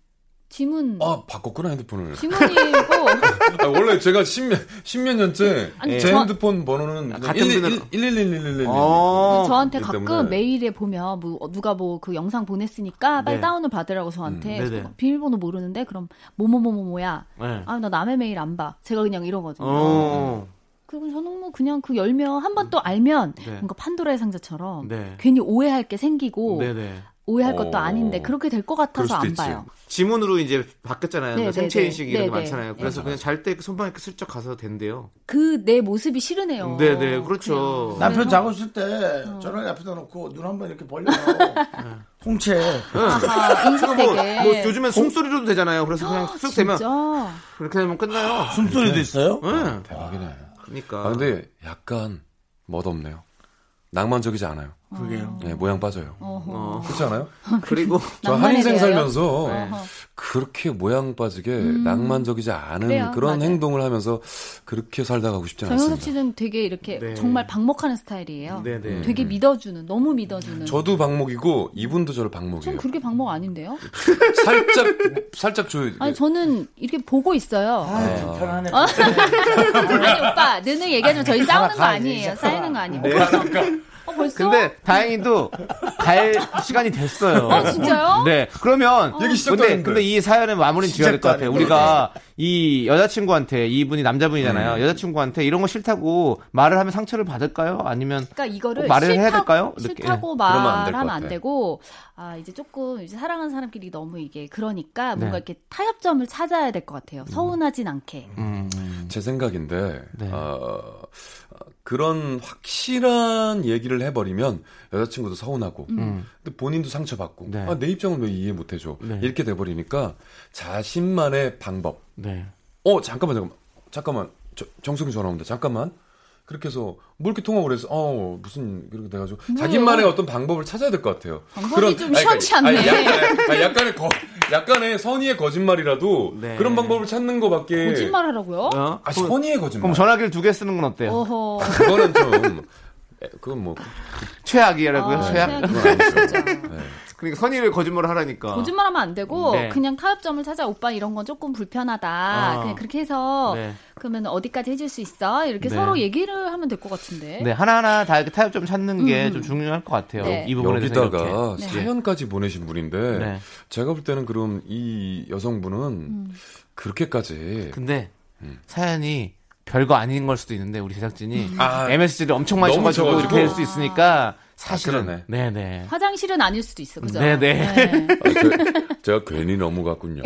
[SPEAKER 8] 지문.
[SPEAKER 7] 아 바꿨구나 핸드폰을.
[SPEAKER 8] 지문이고
[SPEAKER 7] [laughs] 아, 원래 제가 십몇 십몇 년째
[SPEAKER 8] 아니,
[SPEAKER 7] 제
[SPEAKER 8] 저-
[SPEAKER 7] 핸드폰은 번호는
[SPEAKER 2] 아,
[SPEAKER 7] 그냥
[SPEAKER 2] 같은
[SPEAKER 7] 111,
[SPEAKER 2] 분은-
[SPEAKER 7] 1111111.
[SPEAKER 2] 어.
[SPEAKER 8] 저한테
[SPEAKER 7] 그렇기
[SPEAKER 8] 가끔
[SPEAKER 7] 때문에.
[SPEAKER 8] 메일에 보면 뭐 어, 누가 뭐 그 영상 보냈으니까 빨리
[SPEAKER 2] 네.
[SPEAKER 8] 다운을 받으라고
[SPEAKER 2] 음,
[SPEAKER 8] 저한테
[SPEAKER 2] 네네.
[SPEAKER 8] 그래서 비밀번호 모르는데 그럼 뭐뭐뭐뭐뭐야.
[SPEAKER 2] 네.
[SPEAKER 8] 아 나 남의 메일 안 봐. 제가 그냥 이러거든요.
[SPEAKER 2] 어.
[SPEAKER 8] 그리고 저는 뭐 그냥 그 열면 한 번 또 알면
[SPEAKER 2] 네.
[SPEAKER 8] 뭔가 판도라의 상자처럼
[SPEAKER 2] 네.
[SPEAKER 8] 괜히 오해할 게 생기고
[SPEAKER 2] 네네.
[SPEAKER 8] 오해할 것도
[SPEAKER 7] 어.
[SPEAKER 8] 아닌데 그렇게 될 것
[SPEAKER 7] 그럴
[SPEAKER 8] 같아서
[SPEAKER 7] 수도
[SPEAKER 8] 안
[SPEAKER 7] 있지.
[SPEAKER 8] 봐요.
[SPEAKER 2] 지문으로 이제 바뀌었잖아요.
[SPEAKER 8] 네, 네,
[SPEAKER 2] 생체
[SPEAKER 8] 네.
[SPEAKER 2] 인식 이런 게
[SPEAKER 8] 네, 네.
[SPEAKER 2] 많잖아요. 그래서 그냥 잘 때 손방 이렇게 슬쩍 가서 된대요.
[SPEAKER 8] 그 내 모습이 싫으네요.
[SPEAKER 2] 네네, 그렇죠.
[SPEAKER 8] 어. 그냥.
[SPEAKER 1] 남편 자고 있을 때 전화기 앞에다 놓고 눈 한번 이렇게 벌려요. 홍채.
[SPEAKER 8] 아하,
[SPEAKER 2] 네. 그래서 뭐,
[SPEAKER 8] 인식되게.
[SPEAKER 2] 뭐 요즘엔 숨소리로도 되잖아요. 그래서 그냥 쓱 되면 네,
[SPEAKER 8] 진짜?
[SPEAKER 2] 그렇게 되면 끝나요.
[SPEAKER 1] 숨소리도 있어요?
[SPEAKER 2] 응.
[SPEAKER 7] 대박이네.
[SPEAKER 2] 그러니까.
[SPEAKER 7] 아 근데 약간 멋없네요. 낭만적이지 않아요. 그게요. 네, 모양 빠져요.
[SPEAKER 2] 어.
[SPEAKER 7] 그렇지 않아요?
[SPEAKER 8] [laughs]
[SPEAKER 2] 그리고
[SPEAKER 7] 저
[SPEAKER 8] 낭만에
[SPEAKER 7] 한인생
[SPEAKER 8] 대하여? 네. 음.
[SPEAKER 7] 살면서 그렇게 모양 빠지게 낭만적이지 않은
[SPEAKER 8] 그래요,
[SPEAKER 7] 그런
[SPEAKER 8] 맞아요.
[SPEAKER 7] 행동을 하면서 그렇게 살다 가고 싶지
[SPEAKER 8] 정영석
[SPEAKER 7] 않습니다.
[SPEAKER 8] 씨는 되게 이렇게
[SPEAKER 2] 네.
[SPEAKER 8] 정말 방목하는 스타일이에요.
[SPEAKER 2] 네네. 음.
[SPEAKER 8] 되게 믿어주는, 너무 믿어주는.
[SPEAKER 7] 저도 방목이고 이분도 저를
[SPEAKER 8] 전
[SPEAKER 7] 방목이에요.
[SPEAKER 8] 그렇게 방목 아닌데요?
[SPEAKER 7] 살짝
[SPEAKER 8] [laughs]
[SPEAKER 7] 살짝 조
[SPEAKER 2] 네.
[SPEAKER 8] 아니 저는 이렇게 보고 있어요.
[SPEAKER 1] 아, 좀 편안해.
[SPEAKER 8] [laughs] 아니 오빠, 너는 얘기하지만 저희 싸우는 거
[SPEAKER 1] 가라,
[SPEAKER 8] 아니에요.
[SPEAKER 1] 이제 가라.
[SPEAKER 8] 싸이는 거 아니에요. 벌써? 어 벌써?
[SPEAKER 2] 네. 근데 다행히도 갈 시간이 됐어요.
[SPEAKER 8] 어, 진짜요? 어.
[SPEAKER 2] 네. 그러면
[SPEAKER 7] 얘기 시작도
[SPEAKER 2] 근데,
[SPEAKER 7] 안
[SPEAKER 2] 근데 이 사연은 마무리 지어야 될 것 같아요. 우리가 이 여자친구한테 이분이 남자분이잖아요.
[SPEAKER 7] 음.
[SPEAKER 2] 여자친구한테 이런 거 싫다고 말을 하면 상처를 받을까요? 아니면
[SPEAKER 8] 그러니까 이거를
[SPEAKER 2] 꼭 어, 말을 해야
[SPEAKER 8] 싫다고-
[SPEAKER 2] 될까요? 이렇게.
[SPEAKER 8] 싫다고
[SPEAKER 7] 그러면 안될것
[SPEAKER 8] 말하면 안
[SPEAKER 7] 같아.
[SPEAKER 8] 되고 아 이제 조금 이제 사랑하는 사람끼리 너무 이게 그러니까 뭔가
[SPEAKER 2] 네. 음.
[SPEAKER 8] 이렇게 타협점을 찾아야 될 것 같아요. 서운하진 않게.
[SPEAKER 7] 제 생각인데
[SPEAKER 2] 네.
[SPEAKER 7] 어, 그런 확실한 얘기를 해버리면 여자친구도 서운하고
[SPEAKER 8] 음.
[SPEAKER 7] 근데 본인도 상처받고
[SPEAKER 2] 네.
[SPEAKER 7] 아, 내 입장은 왜 이해 못해줘
[SPEAKER 2] 네.
[SPEAKER 7] 이렇게 돼버리니까 자신만의 방법
[SPEAKER 2] 네.
[SPEAKER 7] 어 잠깐만 잠깐만 잠깐만 저- 정수기 전화 온다 잠깐만 그렇게 해서 뭐 이렇게 통화를 해서 어 무슨 그렇게 돼가지고 자기만의 어떤 방법을 찾아야 될 것 같아요.
[SPEAKER 8] 방법이
[SPEAKER 7] 그런-
[SPEAKER 8] 좀
[SPEAKER 7] 그러니까-
[SPEAKER 8] 시원치 않네.
[SPEAKER 7] 아니, 약간, 아니, 약간의 거 약간의 선의의 거짓말이라도
[SPEAKER 2] 네.
[SPEAKER 7] 그런 방법을 찾는 것밖에
[SPEAKER 8] 거짓말하라고요?
[SPEAKER 2] 어?
[SPEAKER 7] 아 선의의
[SPEAKER 2] 그럼
[SPEAKER 7] 거짓말.
[SPEAKER 2] 전화기를 두 개 쓰는 건 어때요?
[SPEAKER 8] 어허.
[SPEAKER 7] 그거는 좀 에, 그건 뭐
[SPEAKER 2] 최악이라고요?
[SPEAKER 8] 아,
[SPEAKER 2] 최악.
[SPEAKER 8] 최악이다.
[SPEAKER 7] 그건
[SPEAKER 8] [laughs]
[SPEAKER 7] 아니죠. 네.
[SPEAKER 2] 그러니까 선의를 거짓말을 하라니까.
[SPEAKER 8] 거짓말하면 안 되고
[SPEAKER 2] 어. 네.
[SPEAKER 8] 그냥 타협점을 찾아 오빠 이런 건 조금 불편하다
[SPEAKER 2] 아.
[SPEAKER 8] 그냥 그렇게 해서
[SPEAKER 2] 네.
[SPEAKER 8] 그러면 어디까지 해줄 수 있어 이렇게
[SPEAKER 2] 네.
[SPEAKER 8] 서로 얘기를 하면 될 것 같은데
[SPEAKER 2] 네, 하나하나 다 이렇게 타협 점 찾는 게 좀 중요할 것 같아요.
[SPEAKER 8] 음. 네.
[SPEAKER 2] 이 부분에 대해서.
[SPEAKER 7] 여기다가 네.
[SPEAKER 2] 이렇게.
[SPEAKER 7] 사연까지 보내신 분인데
[SPEAKER 2] 네.
[SPEAKER 7] 제가 볼 때는 그럼 이 여성분은
[SPEAKER 8] 음.
[SPEAKER 7] 그렇게까지
[SPEAKER 2] 근데
[SPEAKER 7] 음.
[SPEAKER 2] 사연이 별거 아닌 걸 수도 있는데 우리 제작진이
[SPEAKER 8] 음.
[SPEAKER 7] 아,
[SPEAKER 2] MSG를 엄청 많이
[SPEAKER 7] 너무
[SPEAKER 2] 쳐가지고
[SPEAKER 7] 쳐가지고.
[SPEAKER 2] 이렇게 될 수 있으니까 사실은
[SPEAKER 7] 그러네.
[SPEAKER 2] 네네
[SPEAKER 8] 화장실은 아닐 수도 있어 아, 그죠?
[SPEAKER 2] 네네
[SPEAKER 7] 아, 제- 제가 괜히 넘어갔군요.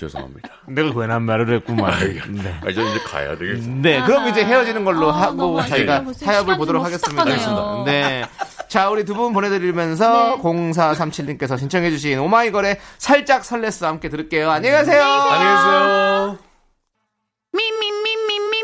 [SPEAKER 7] 죄송합니다.
[SPEAKER 2] 내가 그 괜한 말을 했구만 네.
[SPEAKER 7] 아, 저 이제 가야 되겠어.
[SPEAKER 2] 네 그럼 이제 헤어지는 걸로
[SPEAKER 8] 아,
[SPEAKER 2] 하고
[SPEAKER 8] 너무 아쉽다.
[SPEAKER 2] 저희가
[SPEAKER 8] 벌써
[SPEAKER 2] 타협을
[SPEAKER 8] 시간이
[SPEAKER 2] 보도록
[SPEAKER 8] 너무
[SPEAKER 2] 하겠습니다
[SPEAKER 8] 싹 가네요. 네.
[SPEAKER 2] 네 자, 우리 두 분 보내드리면서 0437님께서 신청해주신 오마이걸의 살짝 설렜어 함께 들을게요. 안녕히 가세요.
[SPEAKER 3] 안녕히
[SPEAKER 2] 계세요.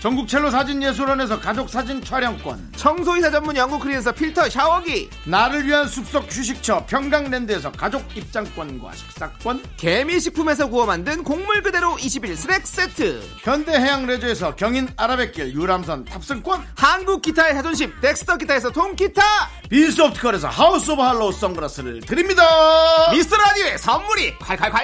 [SPEAKER 1] 전국 첼로 사진 예술원에서 가족 사진 촬영권
[SPEAKER 2] 청소이사 전문 영국 크린에서 필터 샤워기
[SPEAKER 1] 나를 위한 숲속 휴식처 평강랜드에서 가족 입장권과 식사권
[SPEAKER 2] 개미식품에서 구워 만든 곡물 그대로 21 스낵 세트
[SPEAKER 1] 현대해양레저에서 경인 아라뱃길 유람선 탑승권
[SPEAKER 2] 한국 기타의 자존심 덱스터 기타에서 통기타
[SPEAKER 1] 빈스옵티컬에서 하우스 오브 할로우 선글라스를 드립니다
[SPEAKER 2] 미스터 라디오의 선물이 콸콸콸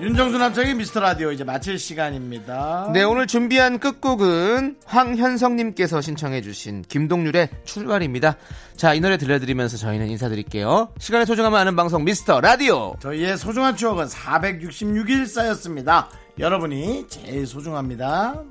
[SPEAKER 1] 윤정수 남창의 미스터라디오 이제 마칠 시간입니다
[SPEAKER 2] 네, 오늘 준비한 끝곡은 황현성님께서 신청해주신 김동률의 출발입니다. 자, 이 노래 들려드리면서 저희는 인사드릴게요. 시간의 소중함을 아는 방송 미스터 라디오.
[SPEAKER 1] 저희의 소중한 추억은 466일 쌓였습니다 여러분이 제일 소중합니다